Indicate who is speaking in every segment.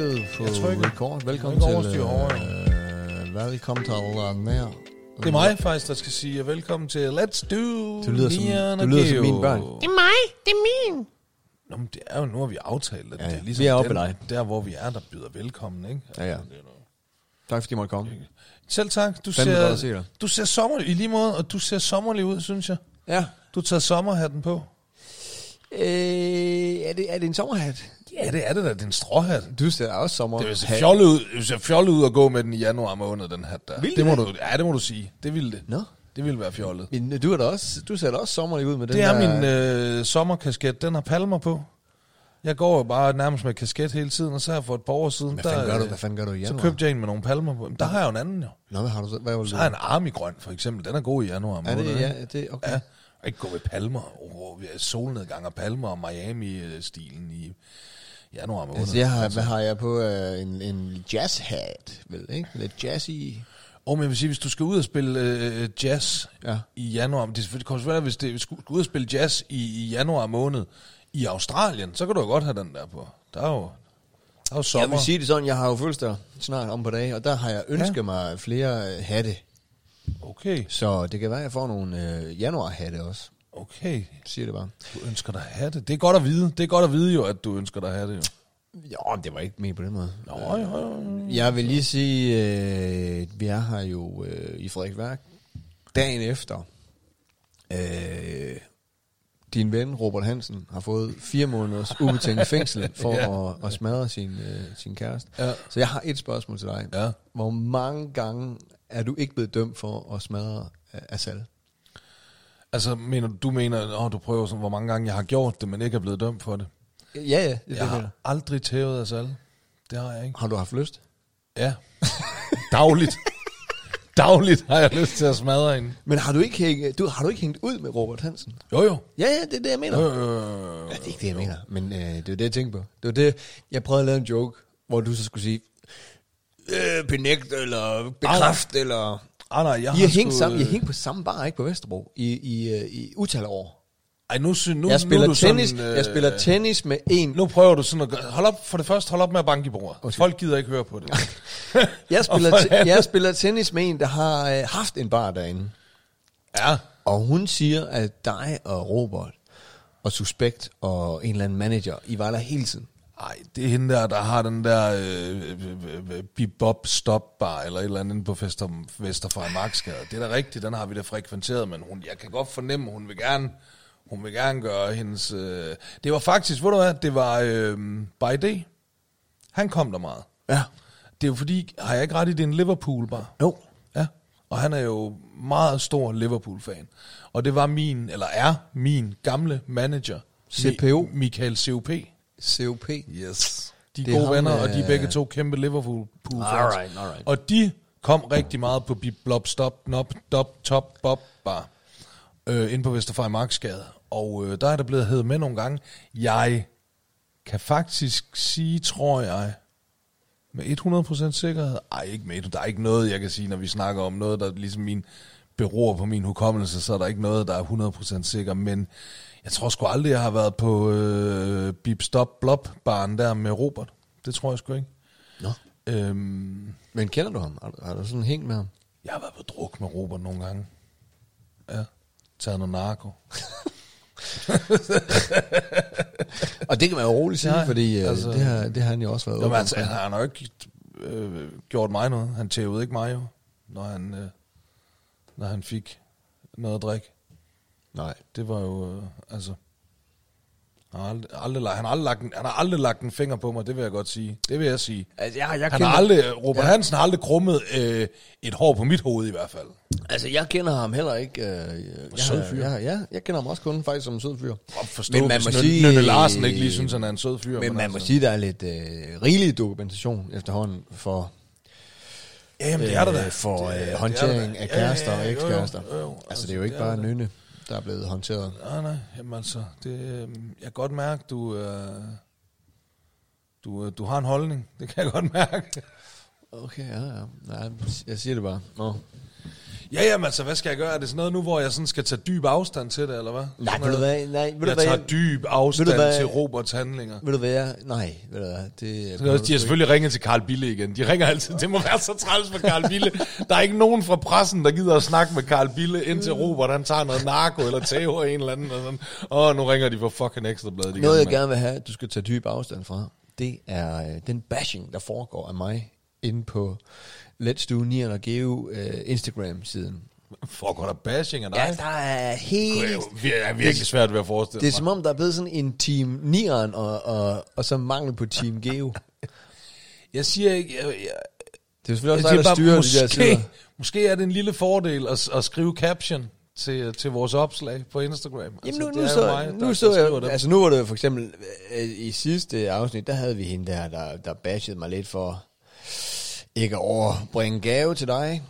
Speaker 1: trykke.
Speaker 2: Record. Velkommen
Speaker 1: Den
Speaker 2: til...
Speaker 1: kan overstyre
Speaker 2: Øh, velkommen til alle nær.
Speaker 1: Det er mig faktisk, der skal sige velkommen til Let's Do
Speaker 3: Du lyder som-
Speaker 1: Neon
Speaker 3: du
Speaker 1: og
Speaker 3: lyder som
Speaker 1: Geo.
Speaker 3: mine børn.
Speaker 1: Det er mig, det er min. Nå, men det er jo nu, at vi aftalt, at ja,
Speaker 2: ja.
Speaker 1: det er ligesom
Speaker 3: Vi er oppe
Speaker 1: den,
Speaker 3: ved dig.
Speaker 1: der, hvor vi er, der byder velkommen, ikke?
Speaker 2: Ja, ja.
Speaker 3: Tak fordi I måtte komme.
Speaker 1: Selv tak. Du
Speaker 3: Fandme godt
Speaker 1: ser,
Speaker 3: at se dig.
Speaker 1: du ser sommerlig i lige måde, og du ser sommerlig ud, synes jeg.
Speaker 3: Ja.
Speaker 1: Du tager sommerhatten på.
Speaker 3: Øh, er, det, er det en sommerhat?
Speaker 1: Ja, det er det da, din stråhat.
Speaker 3: Du ser også sommer.
Speaker 1: Det vil se fjollet ud, det vil se fjollet ud at gå med den i januar måned, den hat der.
Speaker 3: Vil det
Speaker 1: det må
Speaker 3: det?
Speaker 1: du, ja, det må du sige. Det ville det.
Speaker 3: Nå.
Speaker 1: Det ville være fjollet.
Speaker 3: Men øh, du, er da også, du ser da også sommerlig ud med den
Speaker 1: Det er
Speaker 3: der...
Speaker 1: min øh, sommerkasket, den har palmer på. Jeg går jo bare nærmest med kasket hele tiden, og så har jeg for et par år siden,
Speaker 2: Hvad fanden gør du,
Speaker 1: øh,
Speaker 2: hvad fanden gør du i
Speaker 1: så
Speaker 2: januar?
Speaker 1: købte jeg en med nogle palmer på. Men der har jeg jo en anden jo.
Speaker 2: Nå, hvad har du så? Hvad vil du?
Speaker 1: Så har jeg en armigrøn for eksempel, den er god i januar
Speaker 3: Er
Speaker 1: måned.
Speaker 3: det,
Speaker 1: ikke?
Speaker 3: ja, det, okay.
Speaker 1: Ja, og ikke gå med palmer, oh, solnedgang og palmer og Miami-stilen i januar
Speaker 3: Altså,
Speaker 1: måned. Altså,
Speaker 3: jeg
Speaker 1: ja.
Speaker 3: har, hvad har jeg på? Øh, en, en jazz hat, vel, ikke? Lidt jazzy.
Speaker 1: Og men jeg vil sige, hvis du skal ud og spille øh, jazz
Speaker 3: Ja.
Speaker 1: i januar, det er selvfølgelig- det kommer selvfølgelig, an, hvis det- hvis du skal ud og spille jazz i, i januar måned i Australien, så kan du jo godt have den der på. Der er jo, der er jo sommer.
Speaker 3: Jeg vil sige det sådan, jeg har jo fødselsdag snart om på dag, og der har jeg ønsket
Speaker 1: Ja.
Speaker 3: ja. mig flere øh, hatte.
Speaker 1: Okay,
Speaker 3: Så det kan være, at jeg får nogle øh, januarhatte også.
Speaker 1: okay.
Speaker 3: Siger det bare.
Speaker 1: Du ønsker dig at have det. Det er godt at vide. Det er godt at vide jo, at du ønsker dig at have det jo.
Speaker 3: Jo, men det var ikke mere på den måde.
Speaker 1: Nå, jo, jo, jo.
Speaker 3: Jeg vil lige sige, øh, vi er her jo øh, i Frederikværk dagen efter. Øh, din ven, Robert Hansen, har fået fire måneders ubetinget fængsel for ja. at, at smadre sin, øh, sin kæreste.
Speaker 1: Ja.
Speaker 3: Så jeg har et spørgsmål til dig.
Speaker 1: Ja.
Speaker 3: Hvor mange gange er du ikke blevet dømt for at smadre øh, Assal?
Speaker 1: Altså, mener, du- du mener, åh, du prøver sådan, hvor mange gange jeg har gjort det, men ikke er blevet dømt for det.
Speaker 3: Ja, ja. Det,
Speaker 1: Jeg
Speaker 3: det,
Speaker 1: har
Speaker 3: har.
Speaker 1: aldrig tævet os alle. Det har jeg ikke.
Speaker 3: har du haft lyst?
Speaker 1: Ja. Dagligt. Dagligt har jeg lyst til at smadre hende.
Speaker 3: Men har du ikke, hængt, du, har du ikke hængt ud med Robert Hansen?
Speaker 1: Jo, jo.
Speaker 3: Ja, ja, det er det, jeg mener.
Speaker 1: Øh,
Speaker 3: Ja, det er ikke det, jeg mener, men øh, det er det, jeg tænker på. Det var det, jeg prøvede at lave en joke, hvor du så skulle sige, øh, benægt eller bekræft, Ej. eller...
Speaker 1: ah, nej, jeg
Speaker 3: I
Speaker 1: har
Speaker 3: har hængt
Speaker 1: sgu,
Speaker 3: sammen, I
Speaker 1: øh,
Speaker 3: har hængt på samme bar, ikke på Vesterbro, i, i, øh, i utal af år.
Speaker 1: Ej, nu, sy- nu,
Speaker 3: Jeg spiller
Speaker 1: nu er du
Speaker 3: tennis,
Speaker 1: sådan, øh,
Speaker 3: jeg spiller tennis med en...
Speaker 1: Nu prøver du sådan at gøre... Hold op, for det første, hold op med at banke i bordet. Folk gider ikke høre på det.
Speaker 3: Jeg spiller,
Speaker 1: Og for det
Speaker 3: te- jeg
Speaker 1: andet-
Speaker 3: spiller tennis med en, der har øh, haft en bar derinde.
Speaker 1: Ja.
Speaker 3: Og hun siger, at dig og Robert og Suspekt og en eller anden manager, I var der hele tiden.
Speaker 1: Ej, det er hende der, der har den der øh, øh, øh, bebop stop bar eller et eller andet inde på Fester, Vesterfar Marksgade. Det er da rigtigt, den har vi da frekventeret, men hun, jeg kan godt fornemme, hun vil gerne, hun vil gerne gøre hendes... Øh, det var faktisk, ved du hvad, det var øh, By Day. Han kom der meget.
Speaker 3: Ja.
Speaker 1: Det er jo fordi, har jeg ikke ret i, det er en Liverpool bar?
Speaker 3: Jo.
Speaker 1: Ja, og han er jo meget stor Liverpool-fan. Og det var min, eller er min gamle manager,
Speaker 3: CPO.
Speaker 1: Mi- Michael COP.
Speaker 3: COP.
Speaker 1: Yes. De er
Speaker 3: Det er
Speaker 1: gode
Speaker 3: ham,
Speaker 1: venner, og de er
Speaker 3: øh,
Speaker 1: begge to kæmpe Liverpool-fans.
Speaker 3: Alright, alright.
Speaker 1: Og de kom rigtig meget på Bip Blop Stop Nop Dop Top Bop Bar øh, inde på Vesterfrej Marksgade. Og øh, der er der blevet heddet med nogle gange. Jeg kan faktisk sige, tror jeg, med 100% sikkerhed? Ej, ikke med. Der er ikke noget, jeg kan sige, når vi snakker om noget, der ligesom min beror på min hukommelse, så er der ikke noget, der er 100% sikker, men jeg tror sgu aldrig, jeg har været på øh, Bip Stop Blop baren der med Robert. Det tror jeg sgu ikke.
Speaker 3: Nå.
Speaker 1: Øhm,
Speaker 3: Men kender du ham? Har du, har du sådan hængt med ham?
Speaker 1: jeg har været på druk med Robert nogle gange. Ja. Taget noget narko.
Speaker 3: Og det kan man jo roligt sige,
Speaker 1: Nej,
Speaker 3: Nej, fordi
Speaker 1: altså-
Speaker 3: altså, det, har, det har han jo også været
Speaker 1: Nå, men
Speaker 3: åben
Speaker 1: altså,
Speaker 3: omkring.
Speaker 1: han har nok ikke øh, gjort mig noget. Han tævede ikke mig jo, når han, øh, når han fik noget at drikke.
Speaker 3: Nej.
Speaker 1: Det var jo, øh, altså... Han har, aldrig, aldrig, lagt- han, har aldrig lagt, en- han har aldrig lagt en finger på mig, det vil jeg godt sige. Det vil jeg sige.
Speaker 3: Altså, jeg, jeg
Speaker 1: Han har aldrig, Robert ja. Hansen har aldrig krummet øh, et hår på mit hoved i hvert fald.
Speaker 3: altså, jeg kender ham heller ikke. Øh, jeg,
Speaker 1: sød fyr.
Speaker 3: Jeg, ja, jeg kender ham også kun faktisk som en sød fyr.
Speaker 1: Og forstå, men man må sige... Nynne Larsen ikke lige synes, han er en sød fyr.
Speaker 3: Men man må
Speaker 1: altså,
Speaker 3: sige, der er lidt øh, rigelig dokumentation efterhånden for,
Speaker 1: Jamen, det er der da.
Speaker 3: øh, for
Speaker 1: Det- det
Speaker 3: øh,
Speaker 1: er der
Speaker 3: håndtering
Speaker 1: da.
Speaker 3: af kærester
Speaker 1: Ja, ja, ja,
Speaker 3: og
Speaker 1: jo, jo,
Speaker 3: ekskærester.
Speaker 1: jo, jo.
Speaker 3: Altså, det er jo ikke bare nynne, der er blevet håndteret.
Speaker 1: Nej, nej, jamen altså, det, øh, jeg kan godt mærke, du, øh, du, øh, du har en holdning, det kan jeg godt mærke.
Speaker 3: Okay, ja, ja. Nej, jeg siger det bare. Nå.
Speaker 1: Ja, jamen altså, hvad skal jeg gøre? Er det sådan noget nu, hvor jeg sådan skal tage dyb afstand til det, eller hvad?
Speaker 3: Nej,
Speaker 1: Sådan
Speaker 3: ved du
Speaker 1: noget.
Speaker 3: hvad? Nej, ved du
Speaker 1: Jeg
Speaker 3: hvad?
Speaker 1: tager dyb afstand
Speaker 3: Ved du hvad?
Speaker 1: til Roberts handlinger.
Speaker 3: Ved du hvad? jeg- Nej, ved du hvad? Det,
Speaker 1: De har selvfølgelig ringet til Karl Bille igen. De ringer altid. Det må være så træls for Karl Bille. Der er ikke nogen fra pressen, der gider at snakke med Karl Bille, indtil Robert han tager noget narko eller tæver en eller anden. Og sådan. Åh, nu ringer de for fucking ekstrabladet igen.
Speaker 3: Noget, jeg
Speaker 1: mand.
Speaker 3: gerne vil have, at du skal tage dyb afstand fra, det er øh, den bashing, der foregår af mig inde på Let's Do Nian og Geo øh, Instagram-siden.
Speaker 1: Fuck, hvor er der bashing af dig.
Speaker 3: Ja, der er
Speaker 1: det er
Speaker 3: helt...
Speaker 1: jo vir- er virkelig svært ved at forestille
Speaker 3: Det er
Speaker 1: mig.
Speaker 3: som om, der er blevet sådan en Team Nian og, og, og så mangel på Team Geo.
Speaker 1: Jeg siger ikke... Jeg, jeg,
Speaker 3: Det er selvfølgelig også dig, der
Speaker 1: bare,
Speaker 3: styrer de der sider.
Speaker 1: måske, måske er det en lille fordel at, at skrive caption til, til vores opslag på Instagram. Altså,
Speaker 3: Jamen nu,
Speaker 1: det
Speaker 3: nu,
Speaker 1: er jo
Speaker 3: så,
Speaker 1: mig, der-
Speaker 3: nu
Speaker 1: der
Speaker 3: så
Speaker 1: skriver
Speaker 3: jeg,
Speaker 1: dem.
Speaker 3: altså nu var det jo for eksempel, øh, i sidste afsnit, der havde vi hende der, der, der bashede mig lidt for ikke at overbringe gave til dig.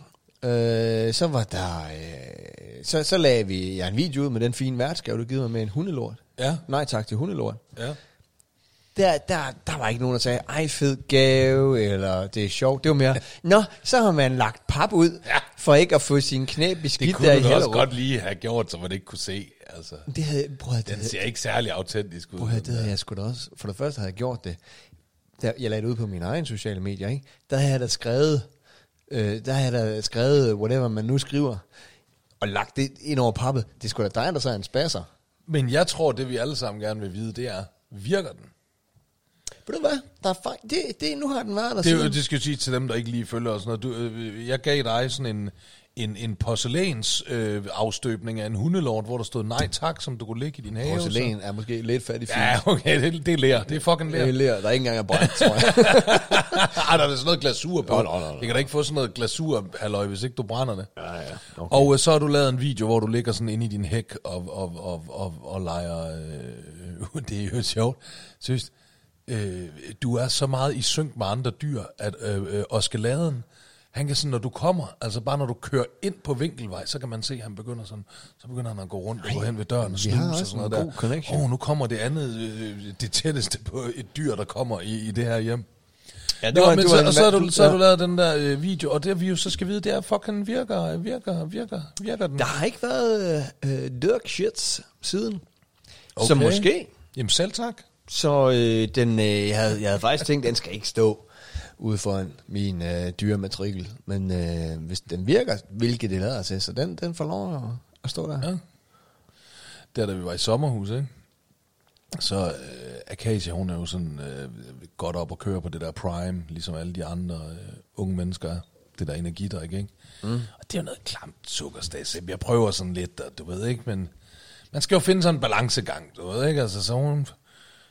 Speaker 3: Øh, så var der, øh, så, så lagde vi ja, en video ud med den fine værtsgave, du givet mig med en hundelort.
Speaker 1: Ja,
Speaker 3: Nej tak til hundelort.
Speaker 1: ja.
Speaker 3: Der, der, der var ikke nogen, der sagde, ej fed gave, eller det er sjovt. Det var mere, nå, så har man lagt pap ud,
Speaker 1: Ja.
Speaker 3: for ikke at få sin knæ beskidt
Speaker 1: Det
Speaker 3: der i
Speaker 1: kunne du også
Speaker 3: Hellerup.
Speaker 1: godt lige have gjort, så man ikke kunne se. Altså,
Speaker 3: Det havde, prøv at, det
Speaker 1: den
Speaker 3: havde-
Speaker 1: ser ikke særlig autentisk ud.
Speaker 3: Prøv at høre, det havde jeg sgu da også. For det første havde jeg gjort det. Der, jeg lagde det ud på mine egne sociale medier, ikke? Der havde jeg da skrevet, øh, der havde jeg da skrevet, whatever man nu skriver, og lagt det ind over pappet. Det skulle da dig, der så er en spasser.
Speaker 1: Men jeg tror, det vi alle sammen gerne vil vide, det er, virker den?
Speaker 3: Ved du hvad? Der er fej- det, det, nu har den været der
Speaker 1: Det, er
Speaker 3: siden.
Speaker 1: jo- det skal jeg sige til dem, der ikke lige følger os. Når du, øh, jeg gav dig sådan en, en, en porcelæns øh, afstøbning af en hundelort, hvor der stod nej tak, som du kunne ligge i din have.
Speaker 3: Porcelæn er måske lidt fattig fint.
Speaker 1: Ja, okay, det, det er lær. Det er fucking lær.
Speaker 3: Det er lær, der er ikke engang er brændt, tror jeg.
Speaker 1: Ej, der er da sådan noget glasur på.
Speaker 3: Nå, nå, nå, nå.
Speaker 1: Jeg kan da ikke få sådan noget glasur, halløj, hvis ikke du brænder det.
Speaker 3: ja, ja. Okay.
Speaker 1: Og øh, så har du lavet en video, hvor du ligger sådan inde i din hæk og, og, og, og, og leger... Øh, det er jo sjovt. Seriøst. Øh, du er så meget i synk med andre dyr, at øh, øh, Oscar Laden, han kan sådan, når du kommer, altså bare når du kører ind på vinkelvej, så kan man se, at han begynder sådan, så begynder han at gå rundt og gå hen ved døren og
Speaker 3: vi har
Speaker 1: snuse
Speaker 3: også
Speaker 1: og sådan
Speaker 3: en
Speaker 1: noget der.
Speaker 3: god connection.
Speaker 1: Åh, oh, nu kommer det andet, øh, det tætteste på et dyr, der kommer i, i det her hjem.
Speaker 3: Ja,
Speaker 1: Nå, men så, og så, har du, så har du
Speaker 3: ja.
Speaker 1: lavet den der øh, video, og det vi jo så skal vide, det er, fucking virker, virker, virker, virker den.
Speaker 3: Der har ikke været øh, Dirk Shits siden. Okay. Så
Speaker 1: Okay.
Speaker 3: måske
Speaker 1: Jamen selv tak.
Speaker 3: Så øh, den, øh, jeg, havde, jeg havde faktisk tænkt, den skal ikke stå ude foran min øh, dyre matrikel. Men øh, hvis den virker, hvilket det lader til, så den, den får lov at, at stå der.
Speaker 1: Ja. Der da vi var i sommerhus, ikke? Så øh, Akasia, hun er jo sådan øh, godt op og køre på det der Prime, ligesom alle de andre øh, unge mennesker er. Det der energidrik, ikke? Mm. Og det er jo noget klamt sukkerstads. Jeg prøver sådan lidt, og du ved ikke, men man skal jo finde sådan en balancegang, du ved ikke? Altså, så hun,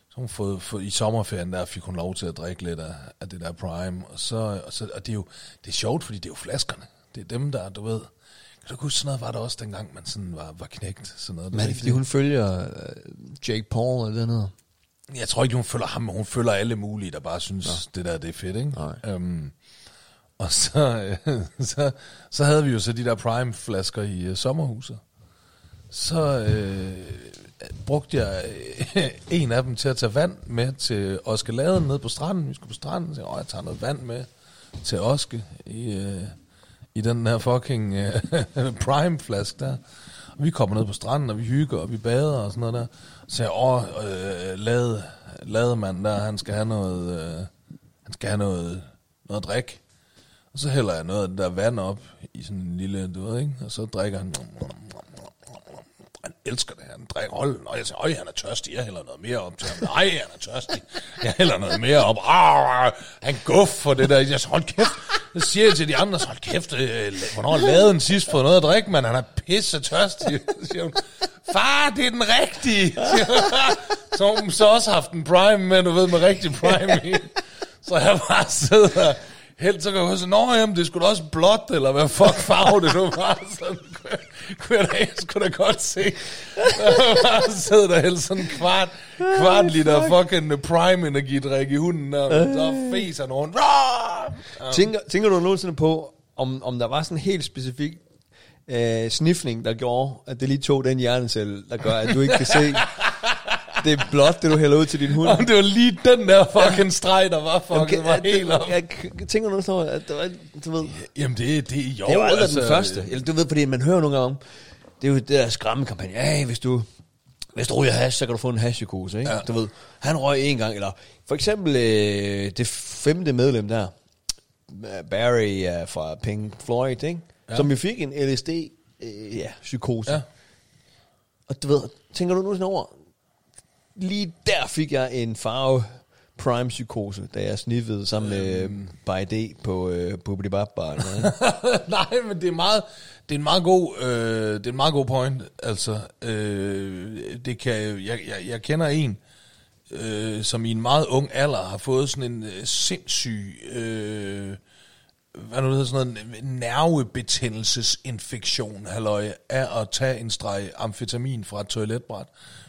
Speaker 1: så hun fået, fået, i sommerferien der fik hun lov til at drikke lidt af, af det der Prime, og, så, og, så, og det er jo det er sjovt, fordi det er jo flaskerne. Det er dem, der, du ved... Kan du ikke huske, sådan noget var der også, dengang man sådan var, var knægt? Sådan noget,
Speaker 3: Men er det, fordi hun følger øh, Jake Paul eller noget?
Speaker 1: jeg tror ikke, hun følger ham, men hun følger alle mulige, der bare synes, Nå. det der det er fedt, ikke?
Speaker 3: Nej.
Speaker 1: Øhm, og så, øh, så, så havde vi jo så de der Prime-flasker i øh, sommerhuset. Så øh, brugte jeg øh, en af dem til at tage vand med til Oske Laden nede på stranden. Vi skulle på stranden, så jeg, "Åh, jeg tager noget vand med til Oske i, øh, i den her fucking øh, Prime-flaske der. Og vi kommer ned på stranden, og vi hygger, og vi bader og sådan noget der. Så jeg, åh, øh, lade, lademand der, han skal have noget, øh, han skal have noget, noget drik. Og så hælder jeg noget af det der vand op i sådan en lille, du ved ikke, og så drikker han. Han elsker det, han drikker hold. Og jeg siger, øj, han er tørstig, jeg hælder noget mere op til ham. Nej, han er tørstig, jeg hælder noget mere op. Arr, han guff for det der. Jeg siger, hold kæft. Så siger jeg til de andre, så hold kæft, øh, hvornår lavede den sidst for noget at drikke, men han er pisse tørstig. Så siger hun, far, det er den rigtige. Siger hun. Så har hun så også haft en prime med, du ved, med rigtig prime i. Så jeg bare sidder Helt så kan jeg huske, Nå, jamen, det skulle da også blåt, eller hvad fuck farve det nu var. Så kunne jeg, kunne jeg, da, jeg skulle da godt se. Jeg bare sidder der helt sådan en kvart, kvart liter fucking øh, prime energidrik i hunden, og
Speaker 3: Øh.
Speaker 1: så fæser han rundt. Rah!
Speaker 3: Ja. Tænker, tænker du nogensinde på, om, om der var sådan en helt specifik øh, snifning, der gjorde, at det lige tog den hjernecelle, der gør, at du ikke kan se det er blot, det du hælder ud til din hund.
Speaker 1: Jamen, det var lige den der fucking streg, der var fucking
Speaker 3: Jamen,
Speaker 1: Jamen, var
Speaker 3: det-
Speaker 1: helt op.
Speaker 3: det- jeg, jeg tænker noget sådan, at det var, du ved,
Speaker 1: Jamen, det, det, jo,
Speaker 3: det er jo aldrig altså, den første. Eller du ved, fordi man hører nogle gange om, det er jo det der skræmmekampagne. Hey, hvis du, hvis du ryger hash, så kan du få en hashpsykose, ikke? Ja. Du ved, han røg en gang, eller for eksempel øh, det femte medlem der, Barry uh, fra Pink Floyd, ikke? Ja. Som jo fik en LSD, øh, ja, psykose.
Speaker 1: Ja.
Speaker 3: Ja. Og du ved, tænker du nu sådan over, lige der fik jeg en farve prime psykose, da jeg sniffede sammen med By D på øh, Bubbidi Bab Bar. eller noget, ikke?
Speaker 1: Nej, men det er meget, det er en meget god, øh, det er en meget god point. Altså, øh, det kan, jeg, jeg, jeg kender en, øh, som i en meget ung alder har fået sådan en øh, sindssyg, øh, hvad nu hedder sådan noget, nervebetændelsesinfektion, halløj, af at tage en streg amfetamin fra et toiletbræt,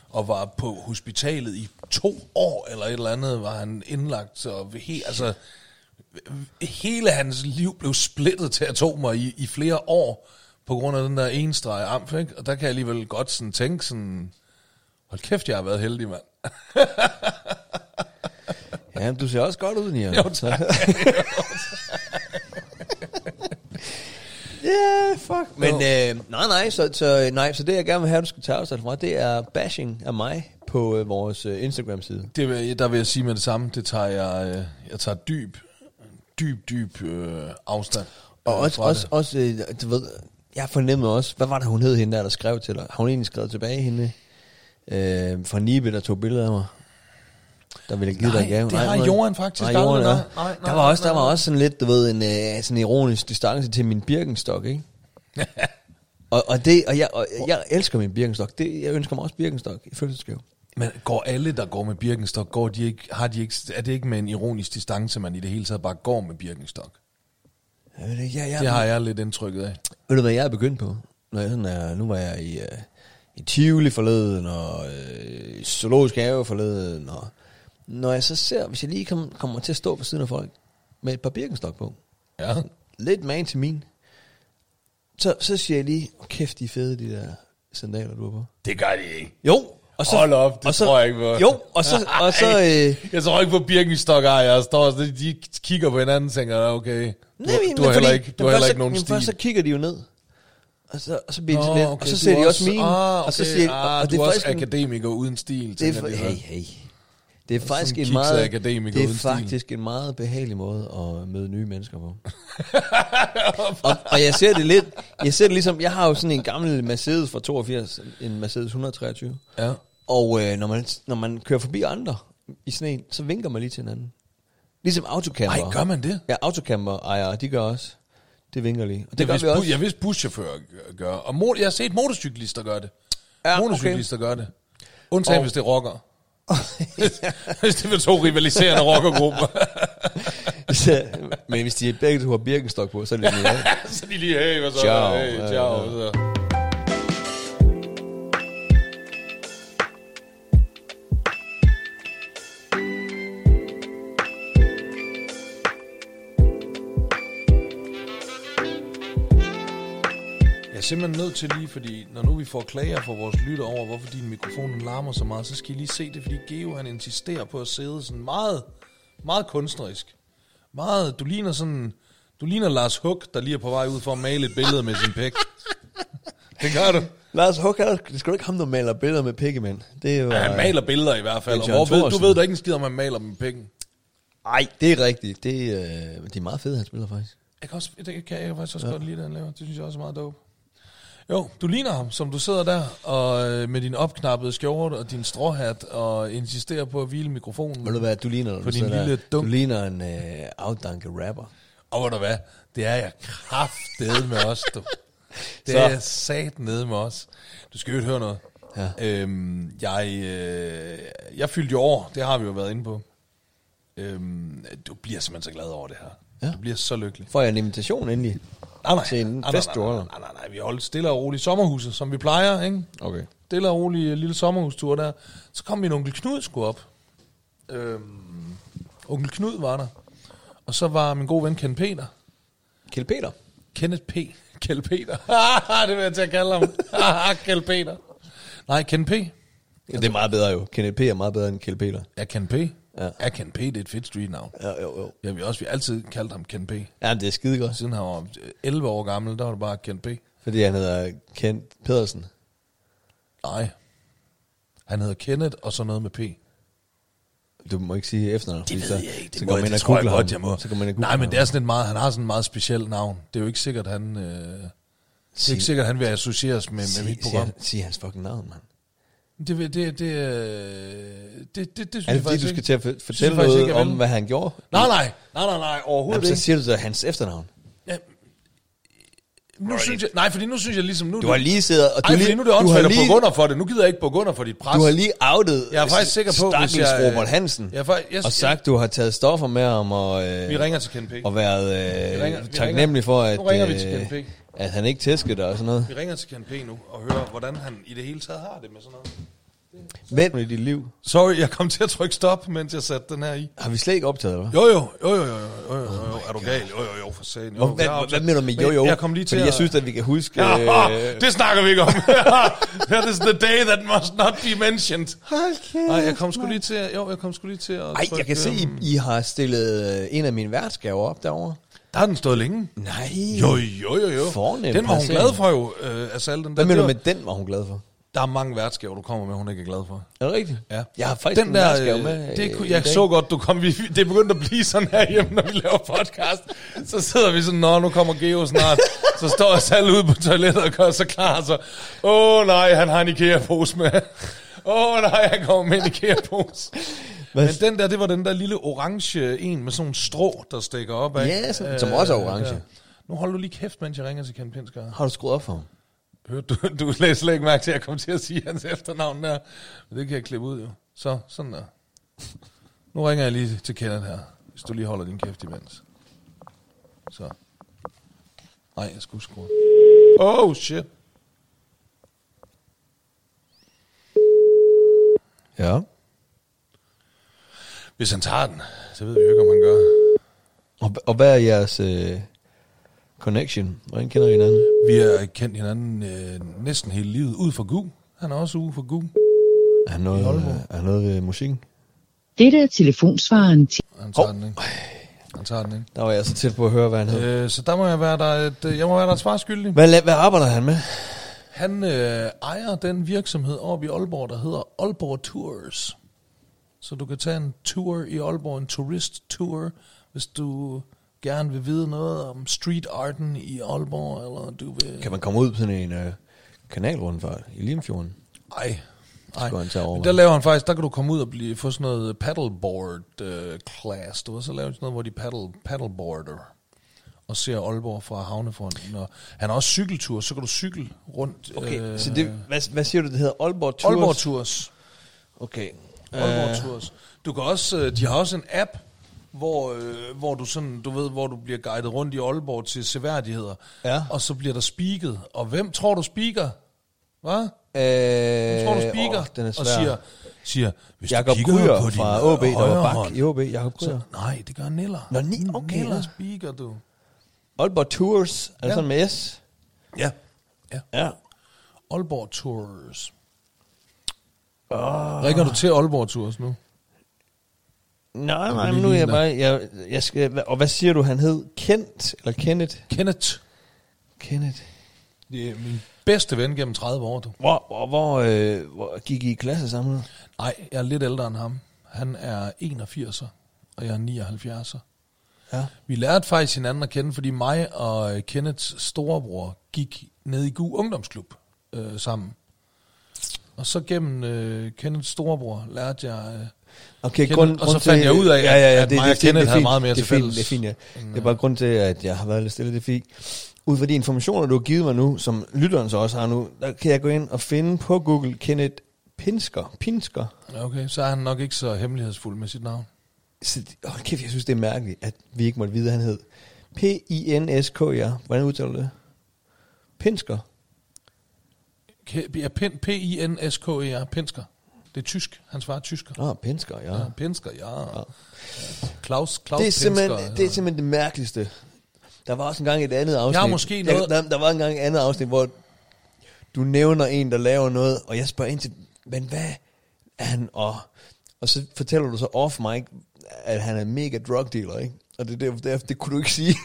Speaker 1: og var på hospitalet i to år, eller et eller andet, var han indlagt, så helt, altså, hele hans liv blev splittet til atomer i, i flere år, på grund af den der ene streg amf, ikke? Og der kan jeg alligevel godt sådan tænke sådan, hold kæft, jeg har været heldig, mand.
Speaker 3: Ja, men du ser også godt ud, Nia.
Speaker 1: Jo,
Speaker 3: tak. Ja, yeah, fuck. Men øh, nej, nej så, så, nej, så det jeg gerne vil have, du skal tage afstand fra, det er bashing af mig på øh, vores øh, Instagram-side.
Speaker 1: Det vil, der vil jeg sige med det samme, det tager jeg, øh, jeg tager dyb, dyb, dyb øh, afstand.
Speaker 3: Og
Speaker 1: øh,
Speaker 3: også,
Speaker 1: fra
Speaker 3: også,
Speaker 1: det.
Speaker 3: også øh, du ved, jeg fornemmede også, hvad var det, hun hed hende der, der skrev til dig? Har hun egentlig skrevet tilbage hende øh, fra Nibe, der tog billeder af mig? Der ville jeg give
Speaker 1: Nej,
Speaker 3: dig en gave.
Speaker 1: det har
Speaker 3: hun-
Speaker 1: Joran faktisk
Speaker 3: nej,
Speaker 1: aldrig
Speaker 3: Joran,
Speaker 1: været.
Speaker 3: nej.
Speaker 1: Nej, nej,
Speaker 3: der var også,
Speaker 1: nej,
Speaker 3: der var
Speaker 1: nej.
Speaker 3: også sådan lidt, du ved, en øh, sådan ironisk distance til min Birkenstock, ikke? og, og, det, og, jeg, og jeg elsker min Birkenstock. Det, jeg ønsker mig også Birkenstock i fødselsgave.
Speaker 1: Men går alle, der går med Birkenstock, går de ikke, har de ikke, er det ikke med en ironisk distance, man i det hele taget bare går med Birkenstock?
Speaker 3: Jeg ved det, ikke, jeg, jeg,
Speaker 1: Det har jeg lidt indtrykket af.
Speaker 3: Ved du, hvad jeg er begyndt på? Når jeg sådan er, nu var jeg i, øh, i Tivoli forleden, og øh, i Zoologisk Have forleden, og når jeg så ser, hvis jeg lige kom, kommer til at stå på siden af folk, med et par birkenstok på,
Speaker 1: Ja.
Speaker 3: lidt man til min, så, så siger jeg lige, oh, kæft, de er fede, de der sandaler, du har på.
Speaker 1: Det gør de ikke.
Speaker 3: Jo, og så,
Speaker 1: Hold op, det
Speaker 3: og så,
Speaker 1: tror jeg ikke på.
Speaker 3: Jo, og så, og så øh,
Speaker 1: Jeg tror ikke på Birkenstock ejere, står sådan, de kigger på hinanden og tænker, okay, du,
Speaker 3: Nej, men-
Speaker 1: du
Speaker 3: men
Speaker 1: har heller
Speaker 3: fordi-
Speaker 1: ikke, du
Speaker 3: men
Speaker 1: har heller
Speaker 3: først
Speaker 1: ikke
Speaker 3: så-
Speaker 1: nogen
Speaker 3: men
Speaker 1: stil.
Speaker 3: Først så kigger de jo ned, og så, og så bliver de
Speaker 1: Nå,
Speaker 3: sådan lidt, og
Speaker 1: okay,
Speaker 3: så
Speaker 1: du
Speaker 3: ser
Speaker 1: er
Speaker 3: de også mine,
Speaker 1: ah,
Speaker 3: og så
Speaker 1: okay,
Speaker 3: siger de,
Speaker 1: ah,
Speaker 3: og
Speaker 1: du
Speaker 3: det
Speaker 1: er
Speaker 3: er
Speaker 1: også
Speaker 3: faktisk en-
Speaker 1: akademiker uden stil.
Speaker 3: det
Speaker 1: tænker
Speaker 3: er,
Speaker 1: de så.
Speaker 3: hey, hey. Det er faktisk
Speaker 1: kikset
Speaker 3: en meget,
Speaker 1: akademiker
Speaker 3: det er
Speaker 1: uden stil.
Speaker 3: faktisk en meget behagelig måde at møde nye mennesker på. og, og, jeg ser det lidt, jeg ser det ligesom, jeg har jo sådan en gammel Mercedes fra 82, en Mercedes 123.
Speaker 1: Ja.
Speaker 3: Og øh, når, man, når man kører forbi andre i sneen, så vinker man lige til hinanden. Ligesom autocamper.
Speaker 1: Ej, gør man det?
Speaker 3: Ja, autocamper ejere, de gør også. Det vinker lige. Og det,
Speaker 1: Det
Speaker 3: gør
Speaker 1: jeg,
Speaker 3: vi
Speaker 1: vidste, bu-
Speaker 3: også.
Speaker 1: jeg vidste buschauffører gør- gør, og mo- jeg har set motorcyklister gøre det.
Speaker 3: Ja,
Speaker 1: Ja,
Speaker 3: okay.
Speaker 1: motorcyklister okay. gør det. Undtagen,
Speaker 3: Og-
Speaker 1: hvis det er rocker. hvis det var to rivaliserende rockergrupper.
Speaker 3: Men hvis de begge to har Birkenstock på, så er det lidt mere.
Speaker 1: så de lige, hey, hvad så?
Speaker 3: Ciao.
Speaker 1: Hey,
Speaker 3: Ja,
Speaker 1: ciao.
Speaker 3: ja.
Speaker 1: Så. Jeg er simpelthen nødt til lige, fordi når nu vi får klager fra vores lytter over, hvorfor din mikrofon larmer så meget, så skal I lige se det, fordi Geo han insisterer på at sidde sådan meget, meget kunstnerisk. Meget, du ligner sådan, du ligner Lars Huck, der lige er på vej ud for at male et billede med sin pæk. Det gør du.
Speaker 3: Lars Huck, er det skal du ikke ham, der maler billeder med pikkemænd. Det er jo...
Speaker 1: Ja, han maler billeder i hvert fald,
Speaker 3: Det
Speaker 1: og
Speaker 3: er Jørgen
Speaker 1: hvor ved, du
Speaker 3: Thorsen.
Speaker 1: ved da ikke en skid, om han maler med pækken.
Speaker 3: Ej, det er rigtigt. Det, øh, det er meget fedt, han spiller faktisk.
Speaker 1: Jeg kan, også, det kan jeg faktisk også ja. godt lide, det han laver. Det synes jeg også er meget dope. Jo, du ligner ham, som du sidder der og øh, med din opknappede skjorte og din stråhat og insisterer på at hvile mikrofonen.
Speaker 3: Ved du hvad, du ligner, når
Speaker 1: På
Speaker 3: du,
Speaker 1: din
Speaker 3: sidder
Speaker 1: lille
Speaker 3: der, du
Speaker 1: dunk.
Speaker 3: ligner en øh, afdanket rapper.
Speaker 1: Og ved du hvad, det er jeg kraftedet med os, du. Det
Speaker 3: Så.
Speaker 1: er jeg sat nede med os. Du skal jo ikke høre noget.
Speaker 3: Ja.
Speaker 1: Øhm, jeg, øh, jeg fyldte jo år, det har vi jo været inde på. Øhm, du bliver simpelthen så glad over det her.
Speaker 3: Ja.
Speaker 1: Du bliver så lykkelig.
Speaker 3: Får jeg en invitation endelig?
Speaker 1: Nej, nej.
Speaker 3: Til en
Speaker 1: nej,
Speaker 3: fest,
Speaker 1: nej,
Speaker 3: du
Speaker 1: nej,
Speaker 3: holder.
Speaker 1: nej, nej, nej, vi holdt stille og roligt i sommerhuset, som vi plejer, ikke?
Speaker 3: Okay.
Speaker 1: Stille og roligt øh, lille sommerhustur der. Så kom min onkel Knud sgu op. Øhm, onkel Knud var der. Og så var min gode ven Ken Peter.
Speaker 3: Kjell Peter.
Speaker 1: Kenneth P. Kjell Peter. det vil jeg til at kalde ham. Kjell Peter. Nej, Ken P.
Speaker 3: Ja, det er meget bedre jo. Kenneth P. er meget bedre end Kjell Peter.
Speaker 1: Er Ken P?
Speaker 3: Ja.
Speaker 1: Er Ken P, det er et fedt streetnavn.
Speaker 3: Ja, jo, jo.
Speaker 1: Ja, vi har også vi har altid kaldt ham Ken P.
Speaker 3: Ja, men det er skide godt.
Speaker 1: Siden han var 11 år gammel, der var det bare Ken P.
Speaker 3: Fordi han hedder Kent Pedersen.
Speaker 1: Nej. Han hedder Kenneth, og så noget med P.
Speaker 3: Du må ikke sige efternavn. fordi så, så går
Speaker 1: må
Speaker 3: man ind
Speaker 1: det
Speaker 3: og
Speaker 1: tror jeg
Speaker 3: googler
Speaker 1: godt,
Speaker 3: ham.
Speaker 1: jeg må.
Speaker 3: Så går man ind og
Speaker 1: Nej, men det
Speaker 3: er...
Speaker 1: er sådan et meget, han har sådan et meget specielt navn. Det er jo ikke sikkert, han... Øh, det er
Speaker 3: Sig,
Speaker 1: ikke sikkert, han vil associeres med, med
Speaker 3: sig,
Speaker 1: mit
Speaker 3: sig,
Speaker 1: program.
Speaker 3: han- sig, hans fucking navn, mand.
Speaker 1: Det, vil- det, det, øh, det, det, det, det synes
Speaker 3: Er
Speaker 1: jeg
Speaker 3: det fordi,
Speaker 1: faktisk
Speaker 3: du
Speaker 1: ikke.
Speaker 3: skal til at for- fortælle
Speaker 1: faktisk
Speaker 3: noget
Speaker 1: ikke, jeg
Speaker 3: om,
Speaker 1: vil.
Speaker 3: hvad han gjorde?
Speaker 1: Nej, nej, nej, nej, nej, overhovedet
Speaker 3: Jamen, så
Speaker 1: ikke.
Speaker 3: siger du så hans efternavn.
Speaker 1: Ja. Nu synes jeg, nej, fordi nu synes jeg ligesom... Nu,
Speaker 3: Du har lige siddet og... Du,
Speaker 1: Ej,
Speaker 3: lige,
Speaker 1: fordi nu er det
Speaker 3: du, har
Speaker 1: åndssvagt at
Speaker 3: lige,
Speaker 1: bukke under for det. Nu gider jeg ikke bukke under for dit pres.
Speaker 3: du har lige outet
Speaker 1: jeg er faktisk sikker på, hvis jeg... øh,
Speaker 3: Robert Hansen.
Speaker 1: Jeg er faktisk, jeg,
Speaker 3: og sagt, du har taget stoffer med ham og, øh,
Speaker 1: jeg, vi ringer til Ken P.
Speaker 3: og været
Speaker 1: Vi
Speaker 3: øh,
Speaker 1: ringer- vi ringer.
Speaker 3: taknemmelig for, at,
Speaker 1: Nu ringer vi til Ken
Speaker 3: øh,
Speaker 1: P.
Speaker 3: at han ikke tæskede dig og sådan noget.
Speaker 1: Vi ringer til Ken P nu og hører, hvordan han i det hele taget har det med sådan noget.
Speaker 3: Men i dit liv
Speaker 1: Sorry, jeg kom til at trykke stop, mens jeg satte den her i.
Speaker 3: har vi slet ikke optaget, eller hvad?
Speaker 1: Jo, jo, jo, jo, jo, jo, jo, jo, jo, jo. er du gal? Jo, jo, jo, for sagen. Jo,
Speaker 3: Hvor-
Speaker 1: jeg har
Speaker 3: Hvad,
Speaker 1: optaget-
Speaker 3: hvad mener du med
Speaker 1: Men
Speaker 3: jo-jo?
Speaker 1: Jeg kom lige til
Speaker 3: Fordi
Speaker 1: at...
Speaker 3: jeg synes, at vi kan huske...
Speaker 1: Ja,
Speaker 3: øh,
Speaker 1: det snakker vi ikke om. That is the day that must not be mentioned. Nej, jeg kom sgu lige til at... Jo, jeg kom sgu lige til at... øhm,
Speaker 3: Ej, jeg kan se, I, I har stillet øh, en af mine værtsgaver op derovre.
Speaker 1: Der har den stået længe.
Speaker 3: Nej.
Speaker 1: Jo, jo, jo, jo.
Speaker 3: Fornem
Speaker 1: den var hun
Speaker 3: placering.
Speaker 1: glad for jo, øh, altså al den der.
Speaker 3: Hvad mener
Speaker 1: Det
Speaker 3: du
Speaker 1: var-
Speaker 3: med den, var hun glad for?
Speaker 1: Der er mange værtsgaver, du kommer med, hun ikke er glad for.
Speaker 3: Er det rigtigt?
Speaker 1: Ja.
Speaker 3: Jeg har faktisk den en værtsgave med.
Speaker 1: det,
Speaker 3: øh,
Speaker 1: kunne,
Speaker 3: i
Speaker 1: jeg
Speaker 3: dag.
Speaker 1: så godt, du kom, vi, det er begyndt at blive sådan her hjemme, når vi laver podcast. Så sidder vi sådan, nå, nu kommer Geo snart. så står jeg selv ude på toilettet og gør sig klar, så, åh oh, nej, han har en IKEA-pose med. Åh oh, nej, han kommer med en IKEA-pose. Men den der, det var den der lille orange en med sådan en strå, der stikker op af.
Speaker 3: Ja, som- som også er orange.
Speaker 1: Nu holder du lige kæft, mens jeg ringer til Ken Pinsgaard.
Speaker 3: Har du skruet op for ham?
Speaker 1: Hørte du, du lagde slet ikke mærke til, at jeg kom til at sige hans efternavn der. Men det kan jeg klippe ud jo. Så, sådan der. Nu ringer jeg lige til Kenneth her, hvis du lige holder din kæft imens. Så. Nej, jeg skulle skrue. Oh, shit.
Speaker 3: Ja.
Speaker 1: Hvis han tager den, så ved vi jo ikke, om han gør.
Speaker 3: Og, og hvad er jeres øh, connection? Hvordan kender I hinanden?
Speaker 1: Vi har kendt hinanden øh, næsten hele livet, ud for Gu. Han er også ude for Gu.
Speaker 3: Er han noget,
Speaker 1: Aalborg.
Speaker 3: øh, er han noget ved musikken?
Speaker 4: Dette er telefonsvaren til
Speaker 1: Han tager den, ikke? Han tager den, ikke?
Speaker 3: Der var jeg så tæt på at høre, hvad han hed. Øh.
Speaker 1: Øh, så der må jeg være der et, øh, jeg må være der et svar skyldig.
Speaker 3: Hvad, la- hvad arbejder han med?
Speaker 1: Han øh, ejer den virksomhed oppe i Aalborg, der hedder Aalborg Tours. Så du kan tage en tour i Aalborg, en turist tour, hvis du gerne vil vide noget om street arten i Aalborg, eller du vil...
Speaker 3: Kan man komme ud på sådan en øh, kanalrundfart i Limfjorden?
Speaker 1: Ej, ej.
Speaker 3: skulle han tage over,
Speaker 1: Men
Speaker 3: hva'?
Speaker 1: der laver han faktisk, der kan du komme ud og blive, få sådan noget paddleboard øh, class, du ved, så laver de sådan noget, hvor de paddle, paddleboarder og ser Aalborg fra havnefronten. Og han har også cykeltur, så kan du cykle rundt.
Speaker 3: Okay, øh. så det, hvad, hvad siger du, det hedder Aalborg Tours? Øh,
Speaker 1: Aalborg Tours.
Speaker 3: Okay.
Speaker 1: Aalborg Tours. Du kan også, øh, de har også en app, hvor, øh, hvor du sådan, du ved, hvor du bliver guidet rundt i Aalborg til seværdigheder.
Speaker 3: Ja.
Speaker 1: Og så bliver der speaket. Og hvem tror du speaker? Hvad?
Speaker 3: Øh,
Speaker 1: Hvem tror du speaker?
Speaker 3: åh, den er svær.
Speaker 1: Og siger, siger hvis
Speaker 3: Jakob
Speaker 1: du kigger
Speaker 3: Kryger
Speaker 1: på din
Speaker 3: fra OB, der var
Speaker 1: højre
Speaker 3: bak
Speaker 1: hånd,
Speaker 3: i OB. Jakob Kryger.
Speaker 1: så, nej, det gør Niller.
Speaker 3: Nå, ni- okay.
Speaker 1: Niller speaker, du.
Speaker 3: Aalborg Tours, er det
Speaker 1: Ja.
Speaker 3: sådan med S?
Speaker 1: Ja. ja.
Speaker 3: Ja.
Speaker 1: Aalborg Tours. Oh. Ringer du til Aalborg Tours nu?
Speaker 3: Nej,
Speaker 1: kan
Speaker 3: nej,
Speaker 1: lige
Speaker 3: men nu er jeg
Speaker 1: ligne
Speaker 3: bare... Jeg, jeg skal, og hvad siger du, han hed? Kent? Eller Kenneth?
Speaker 1: Kenneth.
Speaker 3: Kenneth.
Speaker 1: Det er min bedste ven gennem 30 år, du.
Speaker 3: Hvor, hvor, hvor, øh, hvor gik I i klasse sammen?
Speaker 1: Nej, jeg er lidt ældre end ham. Han er 81'er, og jeg er 79'er.
Speaker 3: Ja.
Speaker 1: Vi lærte faktisk hinanden at kende, fordi mig og øh, Kenneths storebror gik ned i GU Ungdomsklub øh, sammen. Og så gennem øh, Kenneths storebror lærte jeg... Øh,
Speaker 3: Okay,
Speaker 1: Kenneth-
Speaker 3: grund,
Speaker 1: og så
Speaker 3: grund
Speaker 1: fandt jeg ud af,
Speaker 3: ja, ja, ja,
Speaker 1: at- at mig og
Speaker 3: det,
Speaker 1: Kenneth
Speaker 3: det,
Speaker 1: havde meget mere Mm.
Speaker 3: det er
Speaker 1: til
Speaker 3: fint,
Speaker 1: fælles.
Speaker 3: Det er fint, ja. Det er bare grund til, at jeg har været lidt stille, det er fint. Ud fra de informationer, du har givet mig nu, som lytteren så også har nu, der kan jeg gå ind og finde på Google Kenneth Pinsker. Pinsker.
Speaker 1: ja, okay, så er han nok ikke så hemmelighedsfuld med sit navn.
Speaker 3: Så, oh, kæft, jeg synes, det er mærkeligt, at vi ikke måtte vide, at han hed. P-I-N-S-K-R. Hvordan udtaler du det? Pinsker.
Speaker 1: Ke- ja, Pin- P-I-N-S-K-E-R, Pinsker. Det er tysk. Hans far er tysker.
Speaker 3: Nå, ah, Pinsker, ja.
Speaker 1: Ja,
Speaker 3: ja.
Speaker 1: Pinsker, ja. Claus, Claus
Speaker 3: Det er,
Speaker 1: Pinsker,
Speaker 3: simpelthen, det
Speaker 1: ja.
Speaker 3: er simpelthen det mærkeligste. Der var også engang et andet afsnit.
Speaker 1: måske
Speaker 3: der,
Speaker 1: noget-
Speaker 3: der, der var engang et andet afsnit, hvor du nævner en, der laver noget, og jeg spørger ind til, men hvad, han, og, og så fortæller du så off mic, at han er mega drug dealer, ikke? Og det, det, det, det kunne du ikke sige.